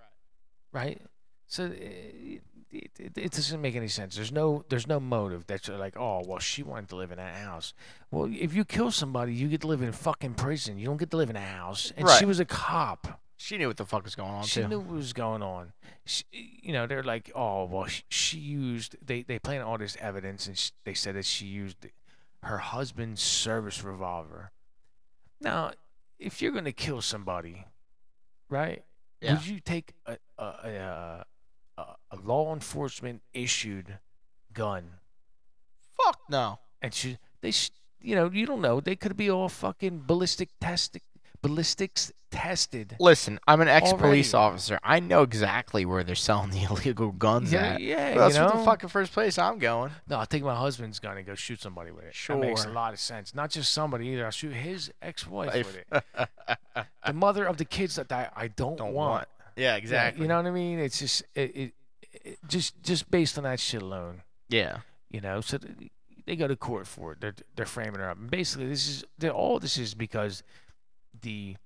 B: right? So eh, it, it, it doesn't make any sense. There's no there's no motive that you're like, oh well, she wanted to live in that house. Well, if you kill somebody, you get to live in fucking prison. You don't get to live in a house. And
A: Right.
B: she was a cop.
A: She knew what the fuck was going on
B: She
A: too.
B: knew what was going on. She, you know, they're like, oh well, she, she used they they planted all this evidence, and sh they said that she used her husband's service revolver. Now, if you're gonna kill somebody, right?
A: Yeah.
B: Would you take a a, a a a law enforcement issued gun
A: Fuck no.
B: and shoot? They, sh- you know, you don't know. They could be all fucking ballistic test ballistics tested.
A: Listen, I'm an ex-police
B: Already.
A: officer. I know exactly where they're selling the illegal guns
B: Yeah,
A: at.
B: yeah,
A: That's
B: you know.
A: what the fucking first place I'm going.
B: No, I'll take my husband's gun and go shoot somebody with it. That makes a
A: Sure.
B: lot of sense. Not just somebody either. I'll shoot his ex wife
A: Life.
B: with it. the mother of the kids that I, I don't,
A: Don't
B: want.
A: want. Yeah,
B: Yeah,
A: exactly.
B: You know what I mean? It's just it, it, it just just based on that shit alone.
A: Yeah.
B: You know, so th- they go to court for it. They're they're framing her up. And basically, this is they're- all this is because the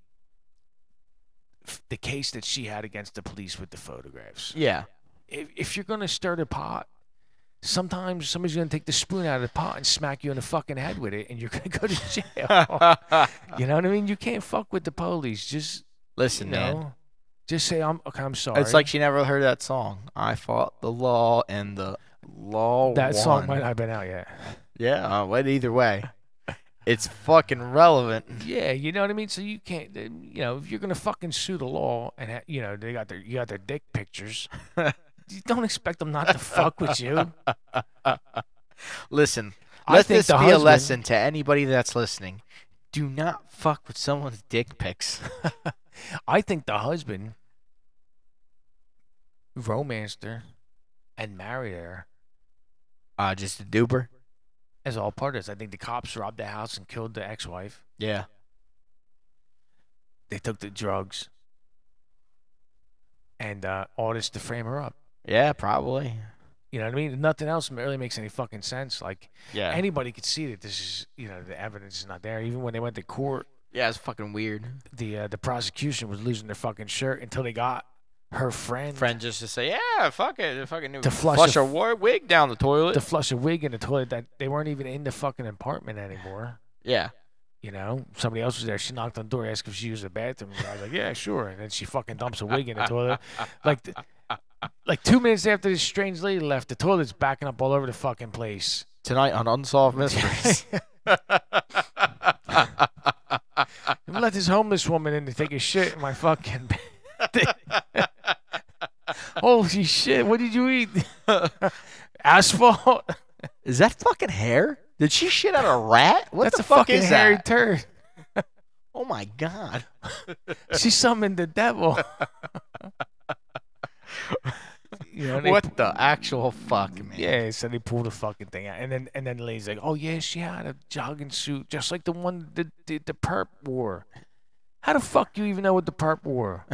B: f- the case that she had against the police with the photographs
A: Yeah.
B: if, if you're gonna stir the pot, sometimes somebody's gonna take the spoon out of the pot and smack you in the fucking head with it, and you're gonna go to jail. you know what I mean? You can't fuck with the police. Just you
A: Listen, man.
B: know, just say I'm okay. I'm sorry.
A: It's like she never heard that song. I fought the law and the law
B: that song
A: won.
B: might not have been out yet.
A: Yeah, uh, well, either way, it's fucking relevant.
B: Yeah, you know what I mean. So you can't. then, You know, if you're gonna fucking sue the law, and ha- you know they got their you got their dick pictures. you don't expect them not to fuck with you.
A: Listen,
B: I
A: let
B: think
A: this be
B: the
A: a
B: husband-
A: lesson to anybody that's listening. Do not fuck with someone's dick pics.
B: I think the husband romanced her and married her
A: Uh, just a duper.
B: as all part of this. I think the cops robbed the house and killed the ex wife.
A: Yeah.
B: They took the drugs and uh, all this to frame her up.
A: Yeah, probably.
B: You know what I mean? Nothing else really makes any fucking sense. Like
A: Yeah.
B: anybody could see that this is, you know, the evidence is not there. Even when they went to court,
A: yeah, it's fucking weird.
B: the uh, the prosecution was losing their fucking shirt until they got her friend,
A: Friend just to say, yeah, fuck it, the fucking
B: To flush
A: flush
B: a
A: a,
B: f-
A: war wig down the toilet.
B: to flush a wig in the toilet that they weren't even in the fucking apartment anymore.
A: yeah.
B: You know, somebody else was there. She knocked on the door, asked if she used the bathroom. I was like, "Yeah, sure." And then she fucking dumps a wig in the toilet. Like, th- like two minutes after this strange lady left, the toilet's backing up all over the fucking place.
A: Tonight on Unsolved Mysteries.
B: And let this homeless woman in to take a shit in my fucking. bed. Holy shit! What did you eat? Asphalt.
A: is that fucking hair? Did she shit out a rat? What
B: That's
A: the
B: a
A: fuck
B: fucking
A: is
B: hairy
A: that?
B: turd.
A: Oh my god.
B: She summoned the devil. you know, and they
A: What the actual fuck, man?
B: Yeah, so they pull the fucking thing out, and then and then the lady's like, "Oh yeah, she had a jogging suit, just like the one the the, the perp wore." How the fuck you even know what the perp wore?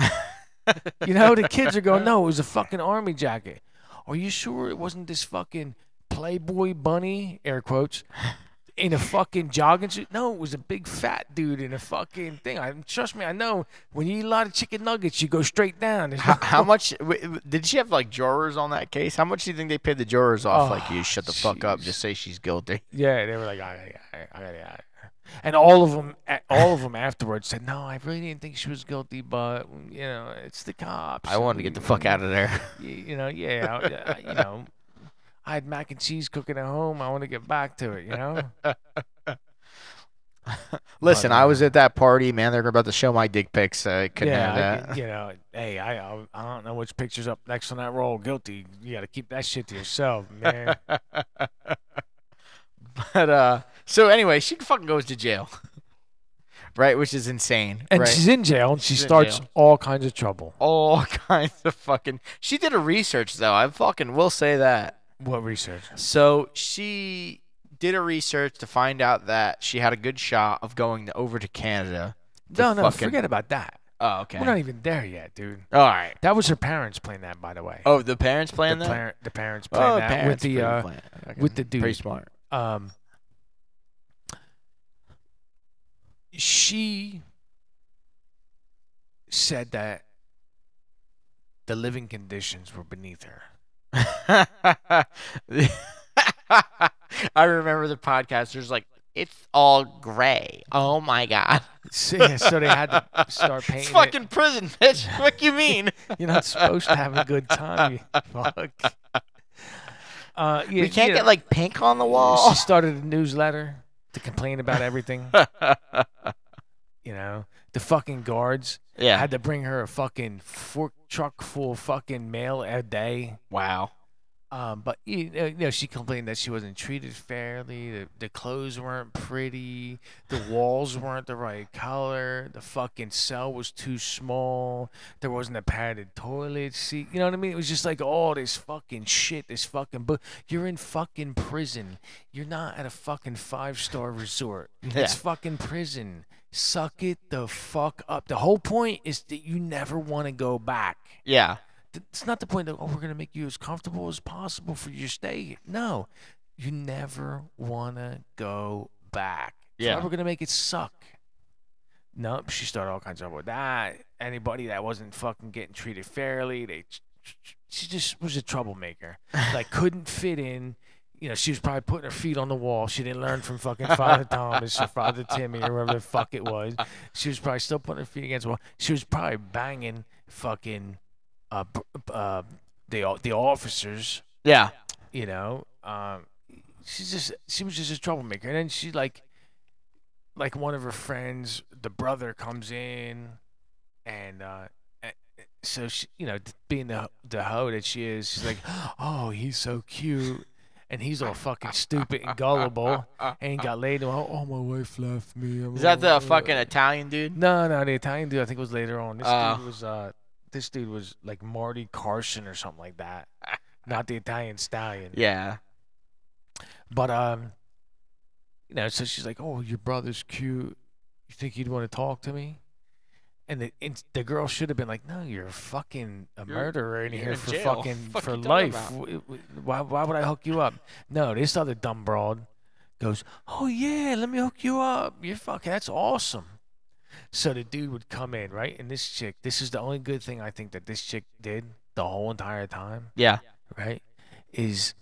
B: you know, the kids are going, "No, it was a fucking army jacket." Are you sure it wasn't this fucking Playboy bunny air quotes in a fucking jogging suit? No, it was a big fat dude in a fucking thing. I trust me, I know. When you eat a lot of chicken nuggets, you go straight down. There's
A: How, how much w- w- did she have like jurors on that case? How much do you think they paid the jurors off? like,
B: Oh,
A: you shut the fuck up,
B: jeez.
A: just say she's guilty.
B: Yeah, they were like, I, I, I, I, I. and all of them, all of them afterwards said, no, I really didn't think she was guilty, but you know, it's the cops.
A: I wanted to get the fuck out of there.
B: You, you know, yeah, I- I- you know, I had mac and cheese cooking at home. I want to get back to it. You know,
A: Listen, I was at that party, man. They're about to show my dick pics. So I couldn't
B: yeah,
A: have
B: I-
A: that.
B: you know, hey, I, I, I don't know which picture's up next on that roll. Guilty. You got to keep that shit to yourself, man.
A: But uh, so anyway, she fucking goes to jail, right? Which is insane,
B: And
A: right?
B: she's in jail, and she
A: She's in
B: starts
A: jail.
B: all kinds of trouble.
A: All kinds of fucking. She did her research though. I fucking will say that.
B: What research?
A: So she did her research to find out that she had a good shot of going to, over to Canada. to
B: No, no,
A: fucking-
B: forget about that.
A: Oh, okay.
B: We're not e even there yet, dude.
A: All right.
B: That was her parents playing that, by the way.
A: Oh, the parents playing
B: the,
A: that.
B: par- the parents playing
A: oh,
B: that
A: parents
B: with the
A: really
B: uh,
A: playing it. Okay.
B: with the dude.
A: Pretty smart.
B: um. She said that the living conditions were beneath her.
A: I remember the podcasters like it's all gray. Oh my god,
B: So, yeah, so they had to start painting.
A: it's
B: it.
A: fucking prison, bitch. What you mean?
B: You're not supposed to have a good time. You fuck. Uh, yeah,
A: we can't
B: you
A: get
B: know,
A: like pink on the wall.
B: She started a newsletter to complain about everything. you know, the fucking guards
A: yeah.
B: had to bring her a fucking fork truck full of fucking mail a day.
A: Wow.
B: Um, but you know, you know, she complained that she wasn't treated fairly. The, the clothes weren't pretty. The walls weren't the right color. The fucking cell was too small. There wasn't a padded toilet seat. You know what I mean? It was just like all this fucking shit. This fucking book. You're in fucking prison. You're not at a fucking five star resort.
A: Yeah.
B: It's fucking prison. Suck it the fuck up. The whole point is that you never want to go back
A: Yeah.
B: th- it's not the point that oh we're gonna make you as comfortable as possible for your stay. here." No, you never wanna go back. That's why
A: Yeah.
B: we're gonna make it suck. Nope, she started all kinds of trouble with that. Anybody that wasn't fucking getting treated fairly, they she just was a troublemaker. Like couldn't fit in. You know, she was probably putting her feet on the wall. She didn't learn from fucking Father Thomas or Father Timmy or whatever the fuck it was. She was probably still putting her feet against the wall. She was probably banging fucking uh, b- b- uh, the o- the officers,
A: Yeah.
B: you know. Um, she's just she was just a troublemaker, and then she like like one of her friends, the brother comes in, and uh, a- so she, you know, th- being the the hoe that she is, she's like, oh, he's so cute. And he's all fucking stupid and gullible, and got laid. And, oh, oh, my wife left me. I'm
A: Is that
B: all
A: the
B: alone."
A: fucking Italian dude?
B: No, no, the Italian dude. I think it was later on. This
A: Oh.
B: dude was uh, this dude was like Marty Carson or something like that. Not the Italian stallion.
A: Yeah.
B: But um, you know, so she's like, "Oh, your brother's cute. You think he'd want to talk to me?" And the and the girl should have been like, "No, you're fucking a
A: You're-
B: murderer in
A: you're
B: here
A: in
B: for
A: jail.
B: fucking
A: Fuck
B: for
A: you talking
B: life.
A: about?"
B: W- w- Why why would I hook you up?" No, this other dumb broad goes, "Oh yeah, let me hook you up. You're fucking that's awesome." So the dude would come in, right? And this chick, this is the only good thing I think that this chick did the whole entire time
A: Yeah.
B: right? Is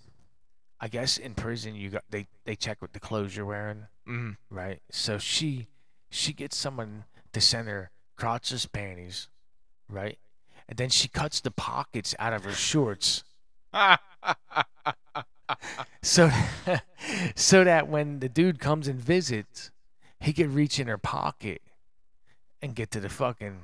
B: I guess in prison you got they they check what the clothes you're wearing,
A: Mm.
B: right? So she she gets someone to send her crotchless panties, right? And then she cuts the pockets out of her shorts so so that when the dude comes and visits, he can reach in her pocket and get to the fucking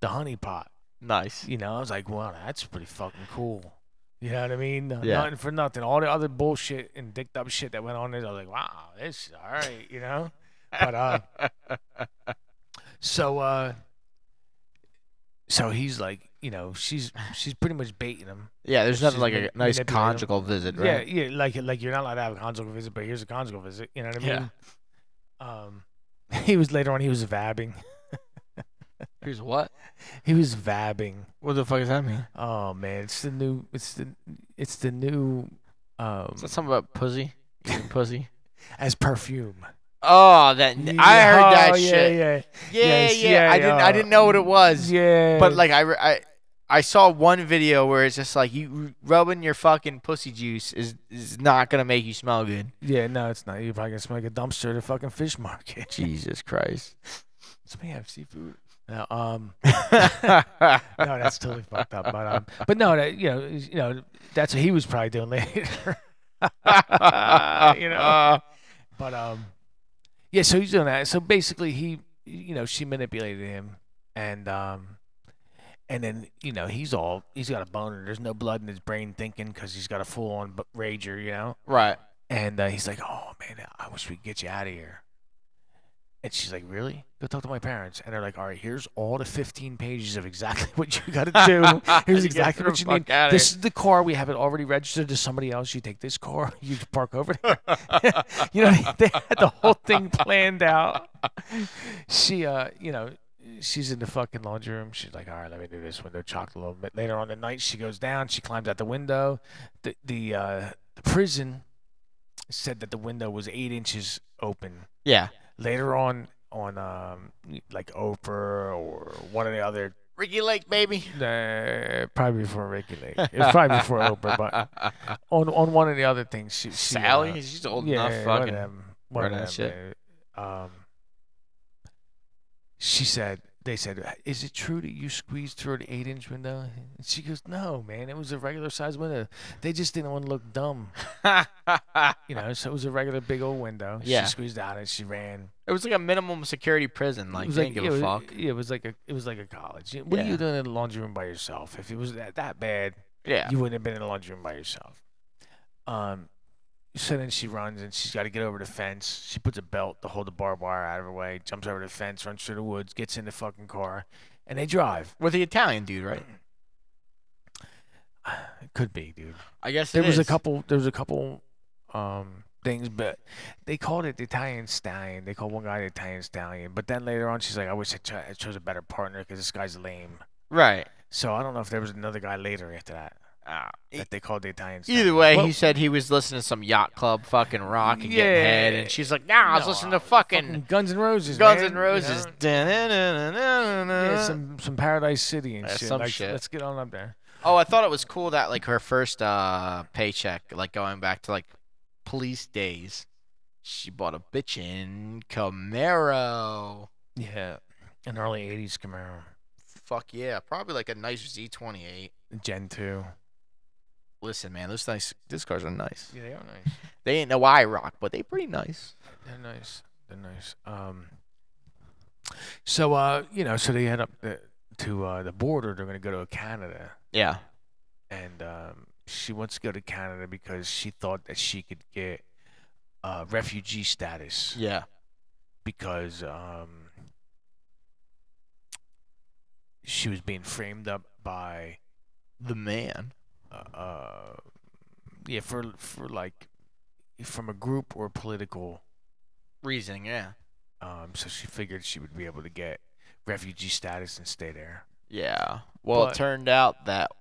B: the honey pot
A: nice.
B: you know, I was like, wow, that's pretty fucking cool. You know what I mean?
A: Yeah.
B: Nothing for nothing. All the other bullshit and dicked up shit that went on there, I was like, wow, this is all right, you know? But uh so uh so he's like, you know, she's she's pretty much baiting him.
A: Yeah, there's
B: She's
A: nothing like a
B: ma-
A: nice
B: manipulating.
A: conjugal visit, right?
B: Yeah, yeah, like like you're not allowed to have a conjugal visit, but here's a conjugal visit. You know what I
A: Yeah.
B: mean? Um he was later on he was vabbing.
A: Here's what?
B: He was vabbing.
A: What the fuck does that mean?
B: Oh man, it's the new it's the it's the new um
A: Is that something about pussy? Eating pussy?
B: as perfume.
A: Oh, that I heard that
B: Oh, yeah,
A: shit. Yeah, yeah.
B: Yes,
A: I didn't. I
B: yeah.
A: didn't know what it was.
B: Yeah, yeah.
A: But like I, re- I, I saw one video where it's just like you rubbing your fucking pussy juice is is not gonna make you smell good.
B: yeah, no, it's not. You're probably gonna smell like a dumpster at a fucking fish market.
A: Jesus Christ.
B: Somebody have seafood. No, um,
A: yeah.
B: no, that's totally fucked up. But um, but no, that, you know, is- you know, that's what he was probably doing later. You know. but um, yeah, so he's doing that. So basically, he, you know, she manipulated him, and um, and then you know, he's all he's got a boner. There's no blood in his brain thinking because he's got a full on rager, you know.
A: Right.
B: And uh, he's like, "Oh man, I wish we could get you out of here." And she's like, "Really? Go talk to my parents." And they're like, "All right, here's all the 15 pages of exactly what you got to do. Here's
A: You
B: exactly
A: get
B: what
A: the
B: you
A: fuck
B: need.
A: outta
B: This is the car we have it already registered to somebody else. You take this car. You just park over there. you know, what I mean? they had the whole thing planned out. She, uh, you know." She's in the fucking laundry room. She's like, "All right, let me do this window chocked a little bit." Later on the night, she goes down. She climbs out the window. The the uh, the prison said that the window was eight inches open.
A: Yeah.
B: Later on, on um, like Oprah or one of the other
A: Ricky Lake, baby.
B: Nah, probably before Ricky Lake. It was probably before Oprah, but on on one of the other things, she, she uh,
A: Sally, she's old
B: yeah,
A: enough.
B: one of
A: Fucking.
B: them- one of
A: run that
B: them,
A: shit.
B: yeah. Um, she said, they said, is it true that you squeezed through an eight inch window? And she goes, no, man, it was a regular size window. They just didn't want to look dumb, you know, so it was a regular big old window.
A: Yeah.
B: She squeezed out and she ran.
A: it was like a minimum security prison. Like,
B: it was
A: they didn't
B: yeah,
A: give a
B: it was-
A: fuck.
B: yeah, it was like a, it was like a college. What are
A: Yeah.
B: you doing in the laundry room by yourself? If it was that, that bad,
A: Yeah.
B: you wouldn't have been in the laundry room by yourself. Um, so then she runs and she's got to get over the fence. She puts a belt to hold the barbed wire out of her way, jumps over the fence, runs through the woods, gets in the fucking car, and they drive.
A: With the Italian dude, right?
B: It could be, dude.
A: I guess it
B: There was a
A: is.
B: couple. There was a couple um, things, but they called it the Italian stallion. They called one guy the Italian stallion. But then later on, she's like, "I wish I, cho- I chose a better partner because this guy's lame."
A: Right.
B: So I don't know if there was another guy later after that
A: Ah.
B: that they called the Italian. Stallion.
A: Either way,
B: Well,
A: he said he was listening to some yacht club fucking rock and getting
B: Yeah.
A: head, and she's like, "Nah, I was
B: No,
A: listening to fucking,
B: Guns and Roses.
A: Guns
B: man,
A: N'
B: you
A: Roses."
B: know?
A: Da-na-na-na-na-na.
B: Yeah, some some Paradise City and
A: Yeah,
B: Uh, shit.
A: some
B: like,
A: shit.
B: Let's get on up there.
A: Oh, I thought it was cool that like her first uh paycheck, like going back to like police days, she bought a bitchin' Camaro.
B: Yeah, an early '80s Camaro,
A: Fuck yeah, probably like a nice Z28.
B: Gen two.
A: Listen, man, those nice, these cars are nice.
B: Yeah, they are nice.
A: They ain't no I rock, but they pretty nice.
B: They're nice. They're nice. Um. So uh, you know, so they head up the, to uh, the border. They're gonna go to Canada,
A: Yeah.
B: and um, she wants to go to Canada because she thought that she could get uh, refugee status.
A: Yeah.
B: because um, she was being framed up by
A: The man.
B: uh, uh, yeah for for like from a group or political
A: Reasoning, yeah.
B: um, so she figured she would be able to get refugee status and stay there
A: Yeah. Well, it
B: But-
A: turned out that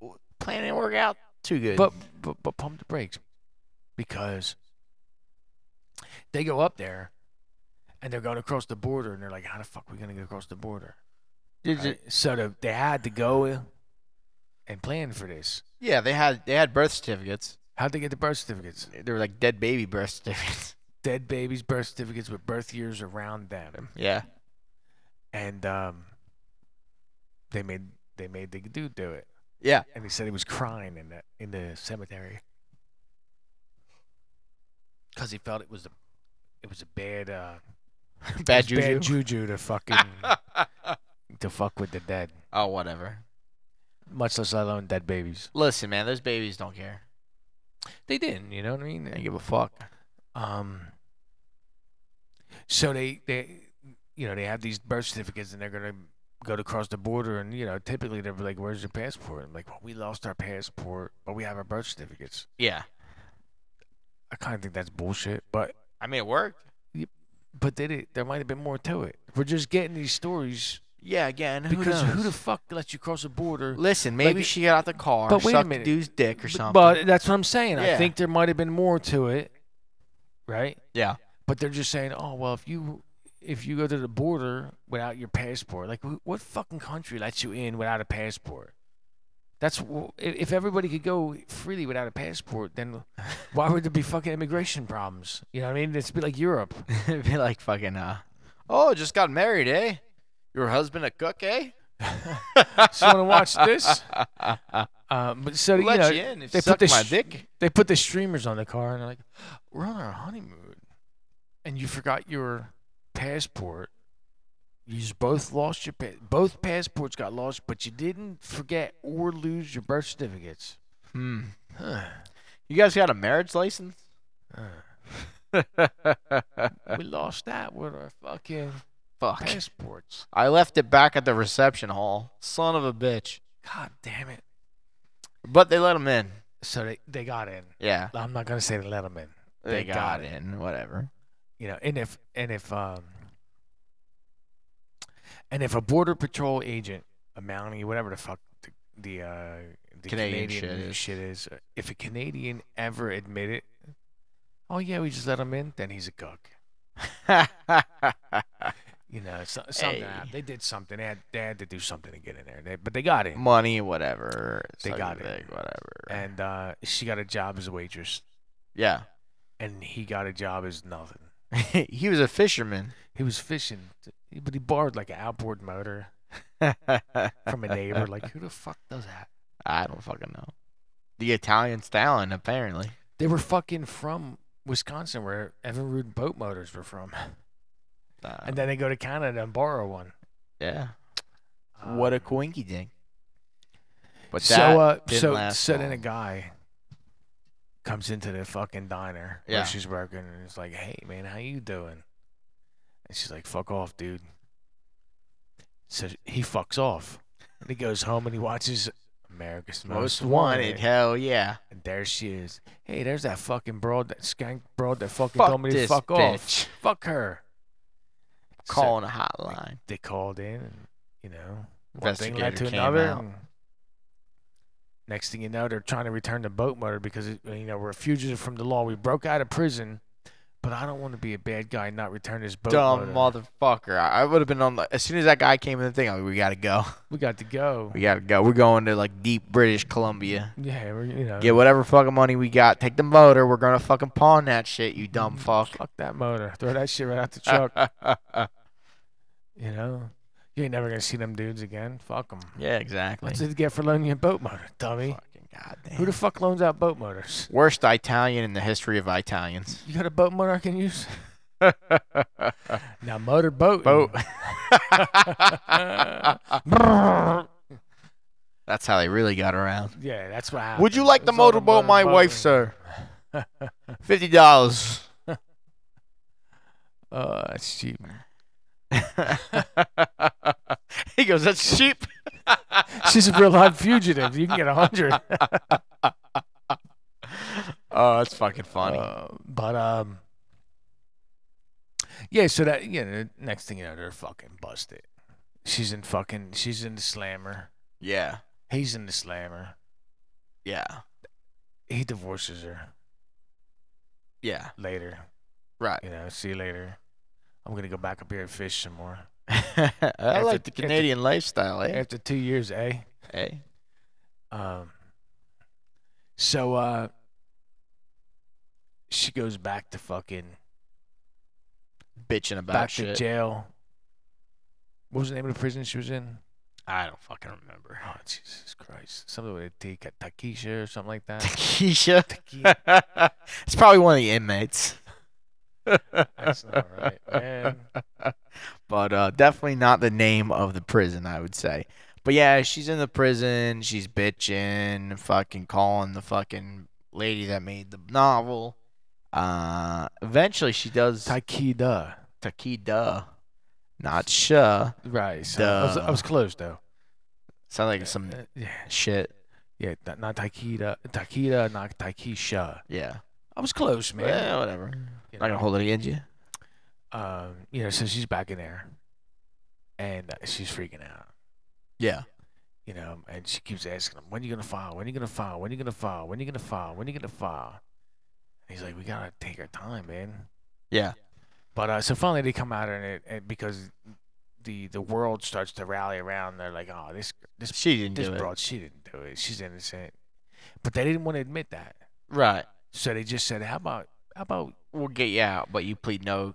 A: w- plan didn't work out too good.
B: but but, but pump the brakes because they go up there and they're going across the border and they're like how the fuck are we going to get across the border
A: Did you-
B: Right? so the, they had to go and plan for this
A: yeah, they had they had birth certificates.
B: How'd they get the birth certificates?
A: They were like dead baby birth certificates.
B: Dead babies' birth certificates with birth years around them,
A: yeah.
B: and um, they made they made the dude do it,
A: Yeah.
B: and he said he was crying in the in the cemetery because he felt it was a it was a bad uh
A: Bad
B: it was
A: juju.
B: bad juju to fucking to fuck with the dead,
A: oh, whatever.
B: much less alone dead babies.
A: Listen, man, those babies don't care.
B: They didn't, you know what I mean?
A: They don't give a fuck.
B: Um. So they they, you know, they have these birth certificates, and they're gonna go to cross the border, and you know, typically they're like, "Where's your passport?" I'm like, "Well, we lost our passport, but we have our birth certificates."
A: Yeah.
B: I kind of think that's bullshit, but
A: I mean, it worked.
B: but did it? There might have been more to it. We're just getting these stories
A: Yeah, again.
B: because
A: who,
B: who,
A: knows?
B: the fuck lets you cross the border?
A: Listen, maybe
B: Like-
A: she got out the car,
B: But wait a
A: sucked
B: minute.
A: dude's dick or
B: B-
A: something.
B: But that's what I'm saying.
A: Yeah.
B: I think there might have been more to it, right?
A: yeah.
B: But they're just saying, oh well, if you if you go to the border without your passport, like wh- what fucking country lets you in without a passport? That's wh- if if everybody could go freely without a passport, then why would there be fucking immigration problems? You know what I mean? It's be like Europe.
A: It'd be like fucking, uh, oh, just got married, eh? Your husband a cook, eh?
B: So want to watch this? Um, but so
A: Who
B: you
A: let
B: know,
A: you in? If
B: they
A: you
B: put
A: suck
B: this
A: my
B: sh-
A: dick?
B: they put the streamers on the car and they're like, "We're on our honeymoon, and you forgot your passport. You just both lost your pa- both passports got lost, but you didn't forget or lose your birth certificates."
A: Hmm.
B: Huh.
A: You guys got a marriage license?
B: we lost that with our fucking
A: Fuck.
B: passports.
A: I left it back at the reception hall. Son of a bitch.
B: God damn it!
A: But they let him in.
B: So they they got in.
A: Yeah.
B: I'm not gonna say they let them in.
A: They,
B: They
A: got,
B: got it.
A: in. Whatever.
B: you know and if and if um and if a border patrol agent a mountie whatever the fuck the the, uh, the
A: Canadian
B: canadian,
A: shit is.
B: is if a canadian ever admitted oh yeah we just let him in then he's a cook You know, so, something.
A: Hey.
B: happened. They did something. They had, they had to do something to get in there. They, but they got in,
A: Money, whatever.
B: They
A: suck a
B: got it.
A: dick, Whatever.
B: and uh, she got a job as a waitress,
A: yeah.
B: and he got a job as nothing.
A: he was a fisherman.
B: He was fishing, but he borrowed like an outboard motor
A: I
B: from a neighbor. like, who the fuck does that?
A: don't fucking know. The Italian stallion, apparently.
B: They were fucking from Wisconsin, where Evan Rudin boat motors were from,
A: Uh,
B: and then they go to Canada and borrow one.
A: yeah. what a
B: Um,
A: coinky ding. But that,
B: so uh,
A: didn't
B: so
A: last
B: so then a
A: long.
B: guy comes into the fucking diner
A: Yeah.
B: where she's working and is like, "Hey man, how you doing?" And she's like, "Fuck off, dude." So he fucks off, and he goes home and he watches America's Most,
A: most wanted. Hell yeah.
B: And there she is. Hey, there's that fucking broad, that skank broad that fucking
A: Fuck
B: told me to
A: this
B: fuck
A: bitch.
B: off. Fuck her. So
A: Calling a hotline.
B: they called in, and you know, one thing led
A: Investigator
B: to
A: came
B: another.
A: out.
B: and Next thing you know, they're trying to return the boat motor because it, you know we're a fugitive from the law. We broke out of prison, but I don't want to be a bad guy and not return this boat
A: Dumb
B: motor.
A: motherfucker. I, I would have been on. The, as soon as that guy came in the thing, I was like, we gotta go.
B: we got to go.
A: We gotta go. We're going to like deep British Columbia.
B: Yeah, we're, you know,
A: Get whatever fucking money we got. Take the motor. We're gonna fucking pawn that shit. You dumb fuck.
B: Mm,
A: Uh,
B: fuck that motor. Throw that shit right out the truck. you know, you ain't never gonna see them dudes again. Fuck them.
A: yeah, exactly.
B: What's it get for loaning you a boat motor, dummy?
A: Fucking goddamn.
B: Who the fuck loans out boat motors?
A: Worst Italian in the history of Italians.
B: You got a boat motor I can use? Now motor boat.
A: Boat.
B: yeah,
A: That's how they really got around.
B: that's what happened.
A: Would you like the
B: It's all
A: motorboat,
B: motor
A: my wife,
B: boating.
A: sir? Fifty dollars.
B: Oh, that's cheap.
A: he goes, "That's cheap."
B: She's a real life fugitive. You can get a hundred.
A: Oh, that's fucking funny.
B: Uh, but um, yeah. So that you know, next thing you know, they're fucking busted. She's in fucking. She's in the slammer.
A: yeah,
B: He's in the slammer.
A: yeah,
B: He divorces her
A: yeah.
B: later.
A: Right.
B: You know, see you later. I'm gonna go back up here and fish some more.
A: I
B: After-
A: like the Canadian lifestyle, eh?
B: After two years, eh?
A: Hey,
B: Um, so uh, she goes back to fucking
A: bitching about
B: back to
A: shit.
B: jail. What was the name of the prison she was in?
A: I don't fucking remember.
B: Oh Jesus Christ! Something with a T, Ka- Takisha or something like that.
A: Keisha.
B: Takisha.
A: it's probably one of the inmates.
B: That's not right, man.
A: but uh, definitely not the name of the prison, I would say. But yeah, she's in the prison. She's bitching, fucking calling the fucking lady that made the novel. Uh, eventually, she does
B: Takida.
A: Takeda, not Sha.
B: Right. So I, was, I
A: Duh.
B: was close though.
A: Sounds like some
B: Uh, yeah,
A: shit.
B: yeah. Not, not Takida. Takida, not Takisha.
A: Yeah.
B: I was close, man.
A: Yeah, whatever. Not
B: You
A: gonna
B: know?
A: hold it against you.
B: um, you know, so she's back in there, and uh, she's freaking out.
A: Yeah.
B: you know, and she keeps asking him, "When you gonna file? When you gonna file? When you gonna file? When you gonna file? When you gonna file?" And he's like, "We gotta take our time, man."
A: Yeah.
B: But uh, so finally they come out and it and because the the world starts to rally around. They're like, "Oh, this this
A: She didn't
B: this
A: do it.
B: broad, she didn't do it. She's innocent." But they didn't want to admit that,
A: Right.
B: so they just said, "How about how about
A: We'll get you out, but you plead no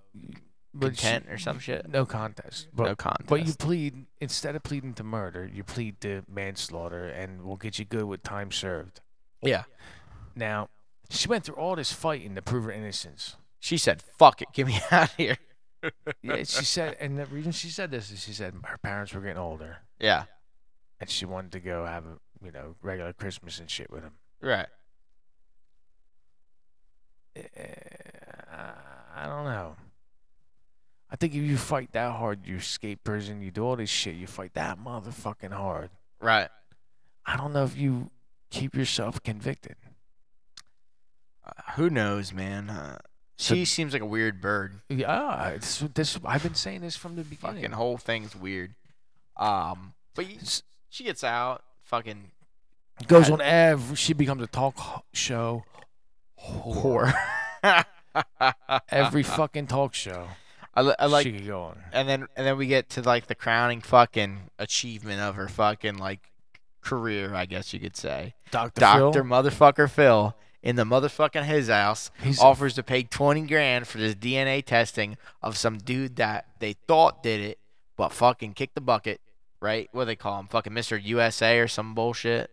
B: but she-
A: content or some shit.
B: no contest, but
A: no contest.
B: But you plead instead of pleading to murder, you plead to manslaughter, and we'll get you good with time served.
A: Yeah.
B: Now, she went through all this fighting to prove her innocence.
A: she said, "Fuck it, get me out of here."
B: Yeah, she said, and the reason she said this is she said her parents were getting older,
A: Yeah.
B: and she wanted to go have a you know regular Christmas and shit with them.
A: Right.
B: Eh, I don't know. I think if you fight that hard, you escape prison, you do all this shit, you fight that motherfucking hard.
A: Right.
B: I don't know if you keep yourself convicted.
A: Uh, who knows, man? Uh, she seems like a weird bird.
B: Yeah, this, this I've been saying this from the beginning.
A: Fucking whole thing's weird. Um, but you,
B: S-
A: she gets out. Fucking
B: goes on Ev. She becomes a talk ho- show whore.
A: whore.
B: Every fucking talk show.
A: I, li- Uh-huh. I like
B: she could go on.
A: and then and then we get to like the crowning fucking achievement of her fucking like career, I guess you could say.
B: Doctor
A: Doctor
B: Phil.
A: motherfucker Phil in the motherfucking his house
B: He's-
A: offers to pay twenty grand for this DNA testing of some dude that they thought did it, but fucking kicked the bucket. Right? What do they call him? Fucking Mr. USA or some bullshit.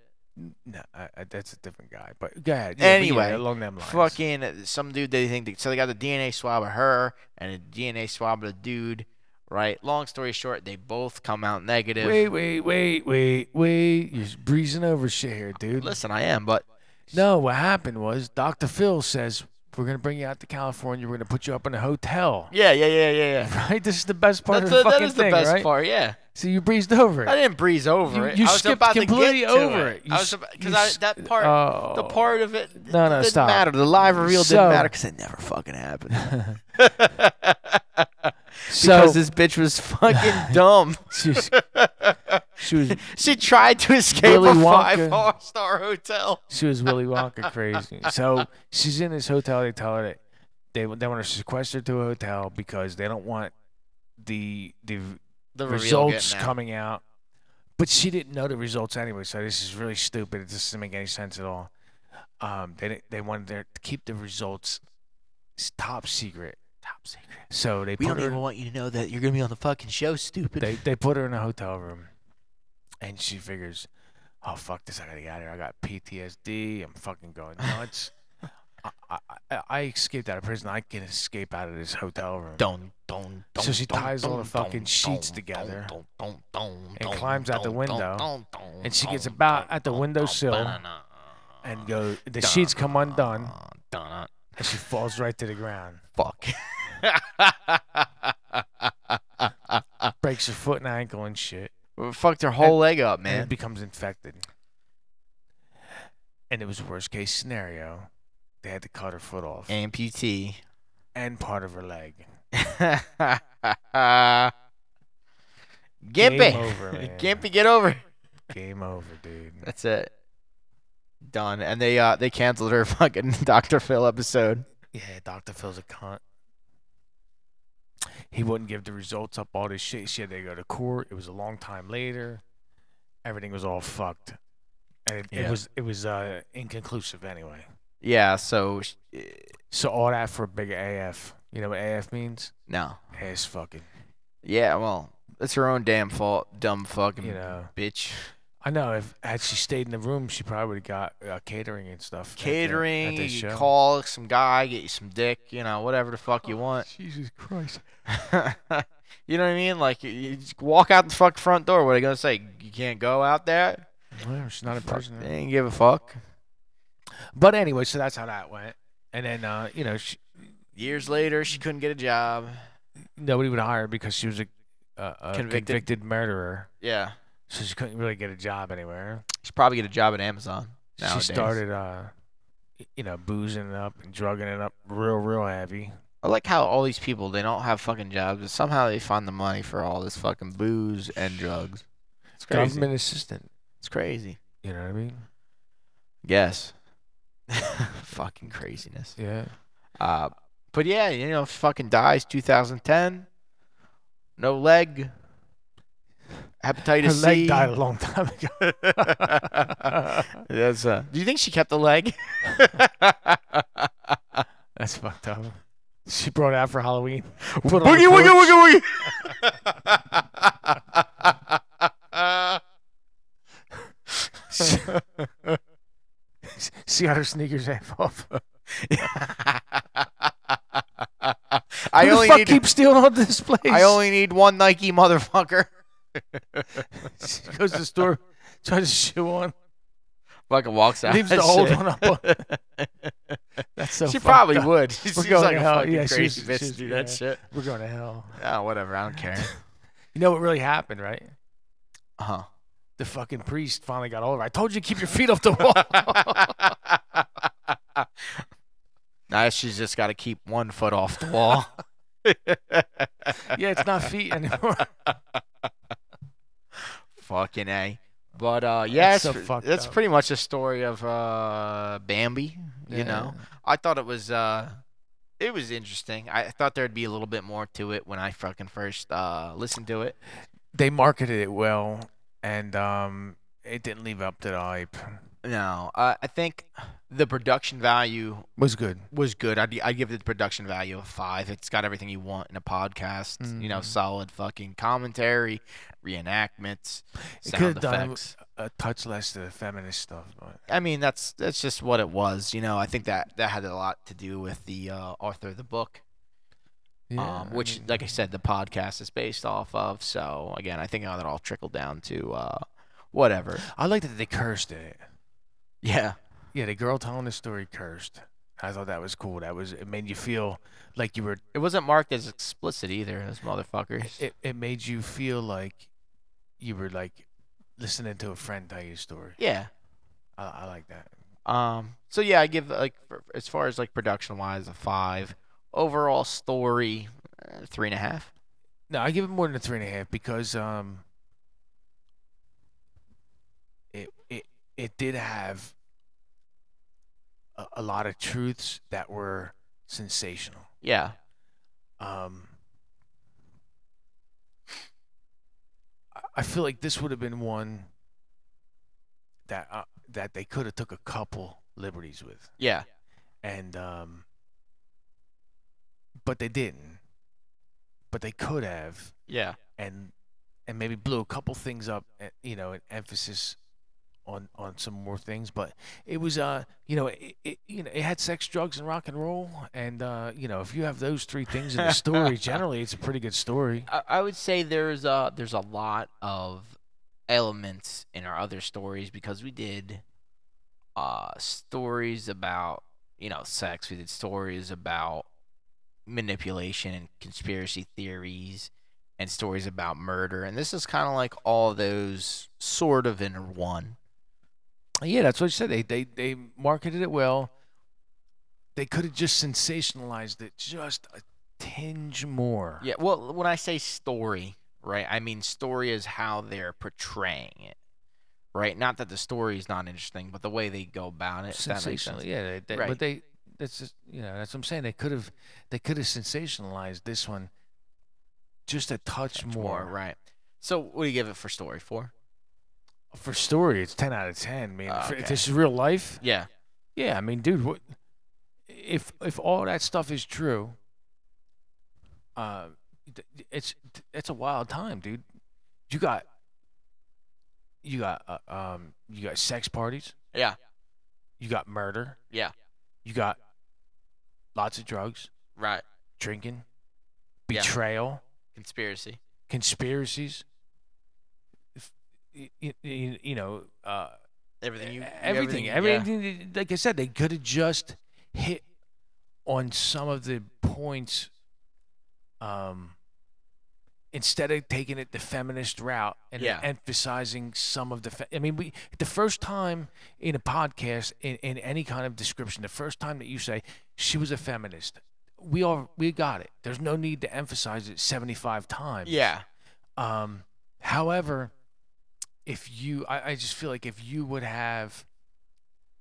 B: No, I, I, that's a different guy. But go ahead. but
A: Anyway,
B: along them lines.
A: Fucking some dude they think they, so they got the DNA swab of her and a DNA swab of the dude. Right? Long story short, they both come out negative.
B: Wait, wait, wait, wait, wait. You're breezing over shit here, dude.
A: Listen, I am, but
B: No, what happened was Dr. Phil says, We're going to bring you out to California. We're going to put you up in a hotel.
A: yeah, yeah, yeah, yeah, yeah.
B: Right? This is the best part
A: That's
B: of
A: the,
B: the
A: that
B: fucking
A: is the
B: thing,
A: best
B: right?
A: part. Yeah,
B: So you breezed over
A: I
B: it.
A: didn't breeze over
B: You-
A: it.
B: you
A: I was
B: skipped
A: about to get
B: completely
A: to
B: over
A: it.
B: it. You
A: I was
B: s- you
A: because
B: s- uh,
A: that part, the
B: oh.
A: part of it, d-
B: No, no,
A: didn't
B: stop.
A: matter. The live reveal
B: So-
A: didn't matter because it never fucking happened.
B: So
A: because this bitch was fucking dumb.
B: she, was, she was
A: She tried to escape
B: Willy
A: a
B: Wonka.
A: five-star star hotel.
B: she was Willy Wonka crazy. So she's in this hotel. They tell her that they they want her sequestered to a hotel because they don't want the the
A: The reveal
B: results
A: getting out.
B: coming out. But she didn't know the results anyway, so this is really stupid. It just doesn't make any sense at all. Um, they didn't, they wanted their, to keep the results s- top secret,
A: Top secret.
B: so they
A: We
B: put
A: don't
B: her
A: even want you to know that you're gonna be on the fucking show, stupid.
B: they they put her in a hotel room, and she figures, "Oh fuck this! I gotta get out of here. I got PTSD. I'm fucking going nuts. I, I, I- I escaped out of prison. I can escape out of this hotel room."
A: Dun, dun, dun,
B: So she
A: dun,
B: ties all the
A: dun,
B: fucking
A: dun,
B: sheets
A: dun,
B: together
A: dun, dun, dun,
B: and
A: dun,
B: climbs out the
A: dun, dun,
B: window,
A: dun, dun,
B: and she gets
A: dun,
B: about
A: dun,
B: at the
A: dun,
B: windowsill
A: dun, dun,
B: And go. The
A: dun,
B: sheets come undone,
A: dun, dun.
B: and she falls right to the ground,
A: Fuck.
B: breaks her foot and ankle and shit,
A: Fucked her whole leg up,
B: and it
A: man.
B: becomes infected. And it was worst case scenario. They had to cut her foot off
A: Amputee.
B: and part of her leg. Game
A: Gimpy.
B: over, man.
A: Gimpy, get over.
B: Game over, dude.
A: That's it. Done. And they uh they canceled her fucking Dr. Phil episode.
B: Yeah, Dr. Phil's a cunt. He wouldn't give the results up, all this shit. She had to go to court. It was a long time later. Everything was all fucked. And it, it
A: Yeah.
B: was it was uh, inconclusive anyway.
A: Yeah, so sh-
B: So all that for a big AF. You know what AF means?
A: no.
B: Ass fucking.
A: Yeah, well, it's her own damn fault, dumb fucking
B: You know.
A: bitch.
B: I know. If had she stayed in the room, she probably would have got uh, catering and stuff. at the- at
A: Catering,
B: the
A: you could
B: show.
A: call some guy, get you some dick, you know, whatever the fuck you want.
B: Jesus Christ.
A: you know what I mean? Like you, you just walk out the fuck front door. What are they gonna say? You can't go out there.
B: Well, she's not a
A: Fuck,
B: prisoner.
A: they ain't give a fuck.
B: But anyway, so that's how that went. And then uh, you know, she,
A: Years later, she couldn't get a job.
B: nobody would hire her because she was a, a, a
A: Convicted.
B: convicted. murderer,
A: Yeah,
B: so she couldn't really get a job anywhere.
A: she probably get a job at Amazon. Nowadays.
B: She started, uh, y- you know, boozing it up and drugging it up real, real heavy.
A: I like how all these people they don't have fucking jobs, but somehow they find the money for all this fucking booze and drugs. It's crazy.
B: Government assistant.
A: It's crazy.
B: You know what I mean?
A: Yes. fucking craziness.
B: Yeah.
A: Uh, but yeah, you know, fucking dies 2010. No leg.
B: Her
A: Hepatitis
B: leg
A: C.
B: died a long time ago.
A: That's uh, Do you think she kept the leg?
B: That's fucked up. She brought it out for Halloween. Put it on
A: woogie
B: the
A: woogie
B: porch.
A: woogie woogie.
B: See how her sneakers half off.
A: I
B: Who the
A: only
B: fuck
A: need
B: keep stealing all this place?
A: I only need one Nike motherfucker.
B: she goes to the store, tries to shoe on,
A: Fucking walks out.
B: leaves the
A: That's
B: old
A: it.
B: one up. on- That's so
A: she
B: fucked
A: probably
B: up.
A: would. She seems
B: going
A: like
B: to
A: a
B: hell.
A: fucking
B: Yeah,
A: crazy
B: she's-
A: bitch
B: she's-
A: to do that
B: yeah.
A: shit.
B: We're going to hell.
A: Ah, whatever. I don't care.
B: You know what really happened, right?
A: Uh
B: The fucking priest finally got over. I told you to keep your feet off the wall.
A: huh. now she's just got to keep one foot off the wall.
B: yeah, it's not feet anymore.
A: Fucking a. But uh, yeah,
B: That's so
A: it's-
B: fucked
A: that's
B: up.
A: pretty much the story of uh Bambi. You know, I thought it was uh it was interesting. I thought there'd be a little bit more to it when I fucking first uh, listened to it.
B: They marketed it well, and um, it didn't live up to the hype.
A: No, uh, I think the production value
B: Was good.
A: was good. I'd, I'd give it the production value of five. It's got everything you want in a podcast. You know,
B: Mhm.
A: solid fucking commentary, reenactments,
B: It
A: sound
B: could've done w-
A: effects.
B: A touch less of the feminist stuff, but
A: I mean, that's that's just what it was. You know, I think that that had a lot to do with the uh, author of the book, um, which, like I said, the podcast is based off of. So again, I think how that all trickled down to uh, whatever.
B: I like that they cursed in it.
A: Yeah,
B: Yeah, the girl telling the story cursed. I thought that was cool. That was it made you feel like you were
A: it wasn't marked as explicit either. Those motherfuckers.
B: it, it made you feel like you were like listening to a friend tell you a story.
A: yeah.
B: I, I like that.
A: Um. So yeah, I give like for, as far as like production wise a five. Overall story, uh, three and a half.
B: No, I give it more than a three and a half because um it it it did have a, a lot of truths that were sensational.
A: Yeah.
B: Um, I- I feel like this would have been one that uh, that they could have took a couple liberties with,
A: Yeah.
B: and um, but they didn't. But they could have,
A: Yeah.
B: and and maybe blew a couple things up, eh, you know, an emphasis on on some more things. But it was, uh, you know, it, it you know it had sex, drugs, and rock and roll, and uh, you know, if you have those three things in the story, generally it's a pretty good story.
A: I, I would say there's a there's a lot of elements in our other stories because we did uh stories about you know sex we did stories about manipulation and conspiracy theories and stories about murder and this is kind of like all those sort of in one
B: Yeah, that's what you said. They they they marketed it well. They could have just sensationalized it just a tinge more.
A: yeah well when i say story right i mean story is how they're portraying it right not that the story is not interesting but the way they go about it if Uh, that makes sense
B: sensational. Yeah, they, they,
A: Right.
B: but they that's just you know that's what I'm saying. They could have they could have sensationalized this one just a touch,
A: more,
B: more.
A: right? So, what do you give it for story? Four?
B: For story, it's ten out of ten. Man,
A: Ah,
B: If-
A: okay.
B: if this is real life,
A: Yeah,
B: yeah. I mean, dude, what if if all that stuff is true? Uh, th- it's it's a wild time, dude. You got you got uh, um you got sex parties.
A: yeah,
B: You got murder.
A: yeah,
B: You got lots of drugs.
A: right.
B: drinking,
A: Yeah.
B: betrayal,
A: Conspiracy.
B: conspiracies. You, you, you know, uh,
A: Everything you.
B: everything, everything. Like I said, they could have just hit on some of the points. Um, instead of taking it the feminist route and
A: Yeah.
B: emphasizing some of the, fe- I mean, we the first time in a podcast in, in any kind of description, the first time that you say she was a feminist, we all we got it. There's no need to emphasize it 75 times.
A: Yeah.
B: Um, however, if you, I, I just feel like if you would have,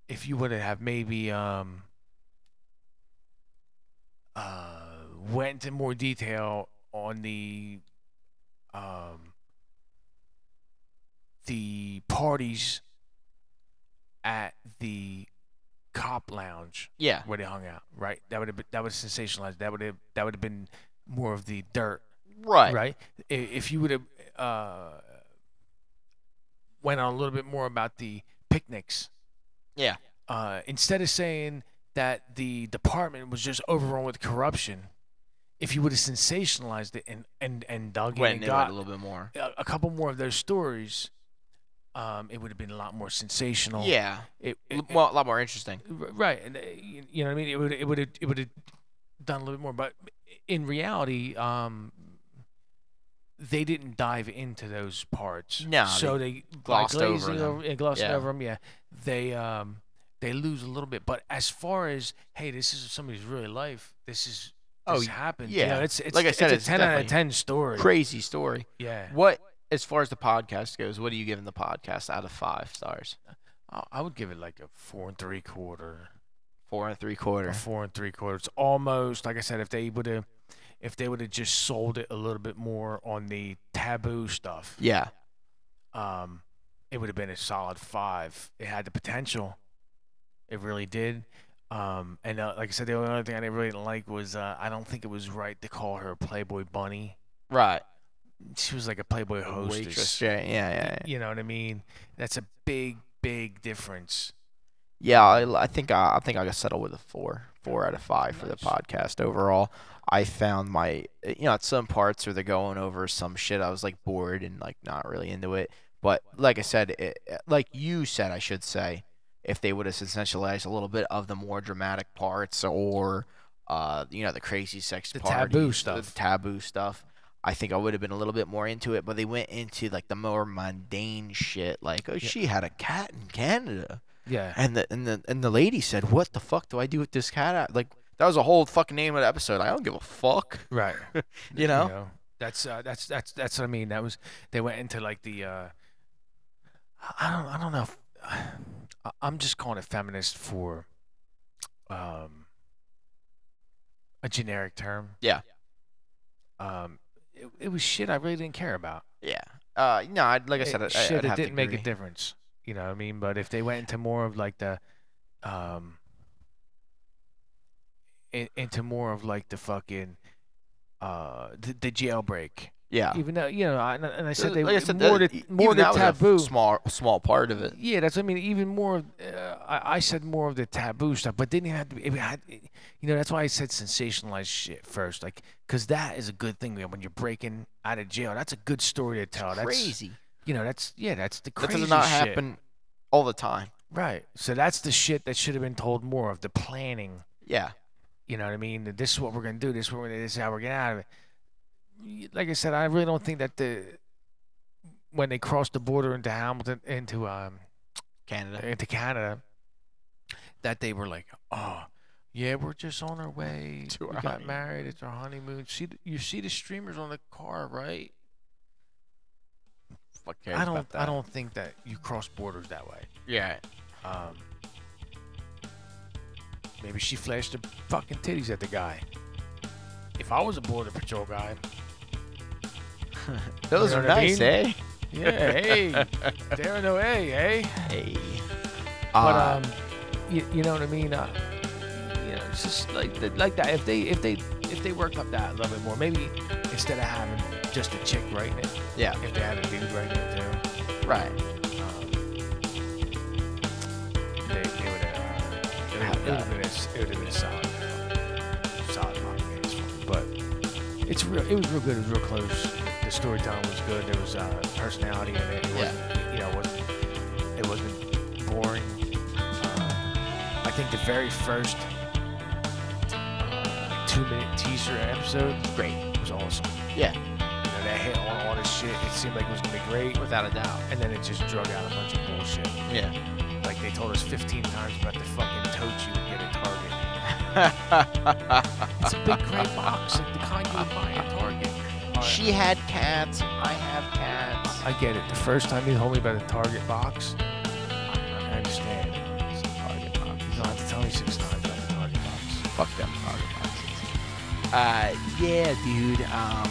B: if you would have maybe um, uh, went into more detail on the um, the parties at the cop lounge
A: Yeah.
B: where they hung out, right? That would have been, that would have sensationalized. That would have that would have been more of the dirt
A: Right.
B: right? I- If you would have uh, went on a little bit more about the picnics,
A: Yeah.
B: uh, instead of saying that the department was just overrun with corruption, if you would have sensationalized it and and and dug in
A: Went
B: and
A: into it a
B: got
A: little bit more.
B: a, a couple more of those stories, um, it would have been a lot more sensational.
A: Yeah.
B: It,
A: L-
B: it-
A: well, a lot more interesting.
B: R- Right, and uh, you, you know what I mean. It would it would it would have done a little bit more, but in reality, um, they didn't dive into those parts.
A: No,
B: so they,
A: glossed over
B: glazing
A: them.
B: yeah, glossed
A: Yeah.
B: over them. Yeah, they um they lose a little bit, but as far as hey, this is somebody's really life. This is
A: Oh,
B: this happened. You
A: yeah.
B: know, it's, it's
A: Like I said,
B: it's a
A: it's
B: ten out of
A: definitely
B: ten story.
A: Crazy story.
B: yeah,
A: What, as far as the podcast goes, what are you giving the podcast out of five stars?
B: I, I would give it like a four and three quarter.
A: Four and three quarter.
B: four and three quarters. Almost like I said, if they would have, if they would have just sold it a little bit more on the taboo stuff,
A: Yeah.
B: um, it would have been a solid five. It had the potential. It really did. Um, and uh, like I said, the only other thing I didn't really like was uh, I don't think it was right to call her a Playboy bunny.
A: Right.
B: She was like a Playboy hostess.
A: Waitress. Yeah, yeah, yeah. Yeah,
B: You know what I mean? That's a big, big difference.
A: yeah I, I think uh, I, I think I got settled with a four, four out of five for the
B: Nice.
A: podcast overall. I found my, uh, you know, at some parts where they're going over some shit, I was like bored and like not really into it. But like I said, it, uh, like you said, I should say, if they would have essentialized a little bit of the more dramatic parts or, uh, you know, the crazy sex
B: The
A: parties,
B: taboo
A: the
B: stuff.
A: taboo stuff. I think I would have been a little bit more into it, but they went into like the more mundane shit, like oh,
B: Yeah.
A: she had a cat in Canada,
B: Yeah.
A: and the and the and the lady said, "What the fuck do I do with this cat?" I-" Like that was a whole fucking name of the episode. I don't give a fuck,
B: Right.
A: you know.
B: You know, that's uh, that's that's that's what I mean. That was they went into like the uh, I don't I don't know. If, I- I'm just calling it feminist for um, a generic term.
A: Yeah.
B: Um, it, it was shit I really didn't care about.
A: Yeah. Uh, no, I'd, like I said, I,
B: It- Eh, shit,
A: I'd
B: it
A: have to
B: didn't make a
A: agree.
B: difference. You know what I mean? But if they went into more of like the, um, in, into more of like the fucking, uh, the, the jailbreak.
A: Yeah. Uh,
B: Even though you know, I, and and I said they
A: like I said,
B: more
A: that- e-,
B: to,
A: even
B: more the
A: that was a f-
B: taboo.
A: small small part of it.
B: Yeah, that's what I mean. Even more, of, uh, I, I said more of the taboo stuff, but didn't even have to. Be, it had, you know, that's why I said sensationalized shit first, like because that is a good thing man, when you're breaking out of jail. That's a good story to tell. Oh, That's
A: crazy.
B: you know, that's yeah, that's the
A: That
B: crazy
A: does not
B: shit.
A: happen all the time.
B: Right. So that's the shit that should have been told more of the planning.
A: Yeah.
B: You know what I mean? That This is what we're gonna do. This is what we're gonna. This is how we're getting out of it. Y- Like I said, I really don't think that the when they crossed the border into Hamilton into um
A: Canada.
B: into Canada, that they were like, oh, yeah, we're just on our way.
A: To
B: we
A: our
B: got
A: honeymoon."
B: married. It's our honeymoon. See, th- you see the streamers on the car, right?
A: Fuck cares
B: I don't.
A: about that.
B: I don't think that you cross borders that way.
A: Yeah.
B: Um, maybe she flashed her fucking titties at the guy. If I was a border patrol guy,
A: Those
B: know
A: are
B: what I
A: nice,
B: mean?
A: eh?
B: yeah, hey, there no way, hey.
A: Hey.
B: But
A: Uh,
B: um, you, you know what I mean? Uh, you know, it's just like the, like that. If they if they if they worked up that a little bit more, maybe instead of having just a chick writing it,
A: yeah.
B: if they had a dude writing it too.
A: Right.
B: um, they, they would have, it would have been a, it would have been a solid, solid podcast. But it's real. It was real good. It was real close. The storytelling was good. There was uh, personality in it. It
A: Yeah.
B: wasn't, you know, it wasn't, it wasn't boring. Uh, I think the very first uh, like two minute teaser episode
A: Great.
B: was awesome.
A: Yeah.
B: You know, that hit on all this shit. It seemed like it was gonna be great,
A: Without a doubt.
B: and then it just drug out a bunch of bullshit.
A: Yeah.
B: Like they told us 15 times about the fucking totes you would get at Target. It's a big gray box, like the kind you would buy at Target.
A: she had cats. I have cats.
B: I get it. The first time you told me about the Target box, I understand.
A: It's a target box.
B: You don't have to tell me six times about the Target box.
A: Fuck them target boxes. Uh, yeah, dude. Um,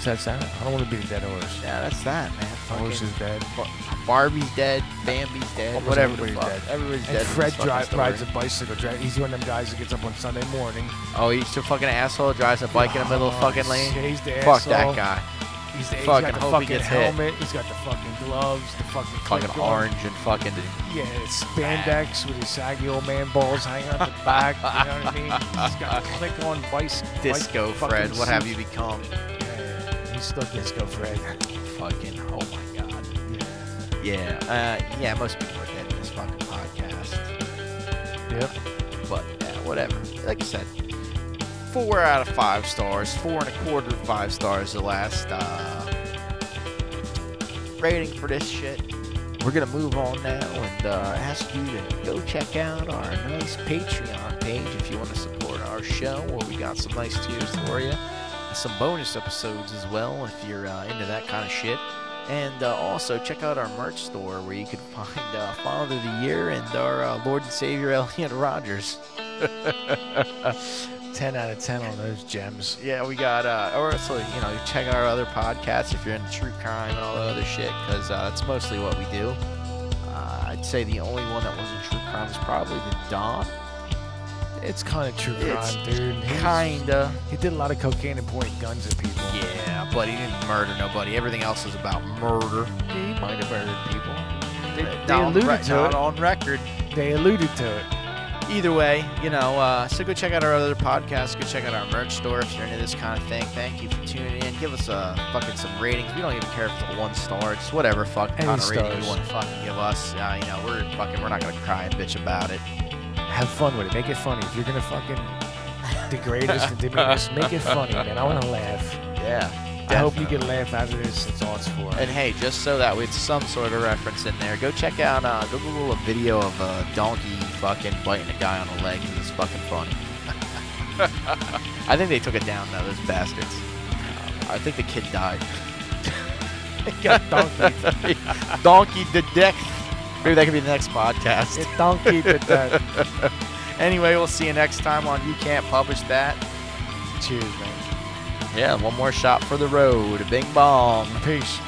B: So that's that. I don't want to be the dead horse.
A: yeah, that's that, man.
B: The horse
A: Fucking
B: is dead.
A: Bar- Barbie's dead. Bambi's dead.
B: Almost
A: whatever the
B: everybody's
A: fuck.
B: dead.
A: Everybody's
B: And
A: dead. in
B: Fred
A: this fucking
B: dri-
A: story.
B: rides a bicycle. Dri- he's one of them guys that gets up on Sunday morning.
A: Oh, he's a fucking asshole. Drives a bike in the middle of
B: Oh,
A: fucking lane.
B: shit, He's the
A: Fuck
B: asshole.
A: that guy.
B: He's, the, he's
A: Fucking
B: got the
A: hope he
B: fucking
A: gets hit.
B: helmet. He's got the fucking gloves. The fucking
A: Fucking
B: clip-on.
A: orange and fucking.
B: Yeah, it's spandex with his saggy old man balls hanging out the back. You know what I mean? He's got click on vice.
A: Disco Fred, what have you become?
B: he's still disco Fred.
A: Fucking, oh my god.
B: Yeah.
A: Yeah, uh, yeah, most people are dead in this fucking podcast.
B: Yep.
A: But yeah, whatever. Like I said, four out of five stars, four and a quarter of five stars. The last uh, rating for this shit. We're gonna move on now and uh, ask you to go check out our nice Patreon page if you want to support our show, where we got some nice tiers for you, and some bonus episodes as well if you're uh, into that kind of shit. And uh, also check out our merch store where you can find uh, Father of the Year and our uh, Lord and Savior Elliot Rogers.
B: 10 out of 10 on those gems.
A: Yeah, we got. Uh, or also, you know, check out our other podcasts if you're into true crime and all that other shit, because uh, that's mostly what we do. Uh, I'd say the only one that wasn't true crime is probably the Don.
B: It's kind of true crime,
A: It's
B: dude. He was-
A: Kinda.
B: He did a lot of cocaine and pointed guns at people.
A: Yeah, but he didn't murder nobody. Everything else is about murder. He might have murdered people.
B: They,
A: But
B: they
A: not on
B: alluded
A: rec-
B: to
A: not
B: it.
A: on record.
B: They alluded to it.
A: either way, you know, uh, so go check out our other podcasts. Go check out our merch store if you're into this kind of thing. Thank you for tuning in. Give us uh, fucking some ratings. We don't even care if it's a one star. It's whatever fucking
B: Any
A: kind of rating
B: stars.
A: you want to fucking give us. Uh, you know, we're fucking, we're not going to cry and bitch about it.
B: Have fun with it. Make it funny. If you're gonna fucking degrade us and demean us, make it funny, man. I want to laugh.
A: Yeah.
B: I hope you get a laugh out of this. That's all it's for.
A: And hey, just so that with some sort of reference in there, go check out, uh, go Google a video of a donkey fucking biting a guy on the leg. 'cause It's fucking funny. I think they took it down though, those bastards. I think the kid died.
B: Get donkey.
A: donkey the dick. Maybe that could be the next podcast.
B: Get donkey uh, to that.
A: Anyway, we'll see you next time on You Can't Publish That.
B: Cheers, man.
A: Yeah, one more shot for the road. Bing bong.
B: Peace.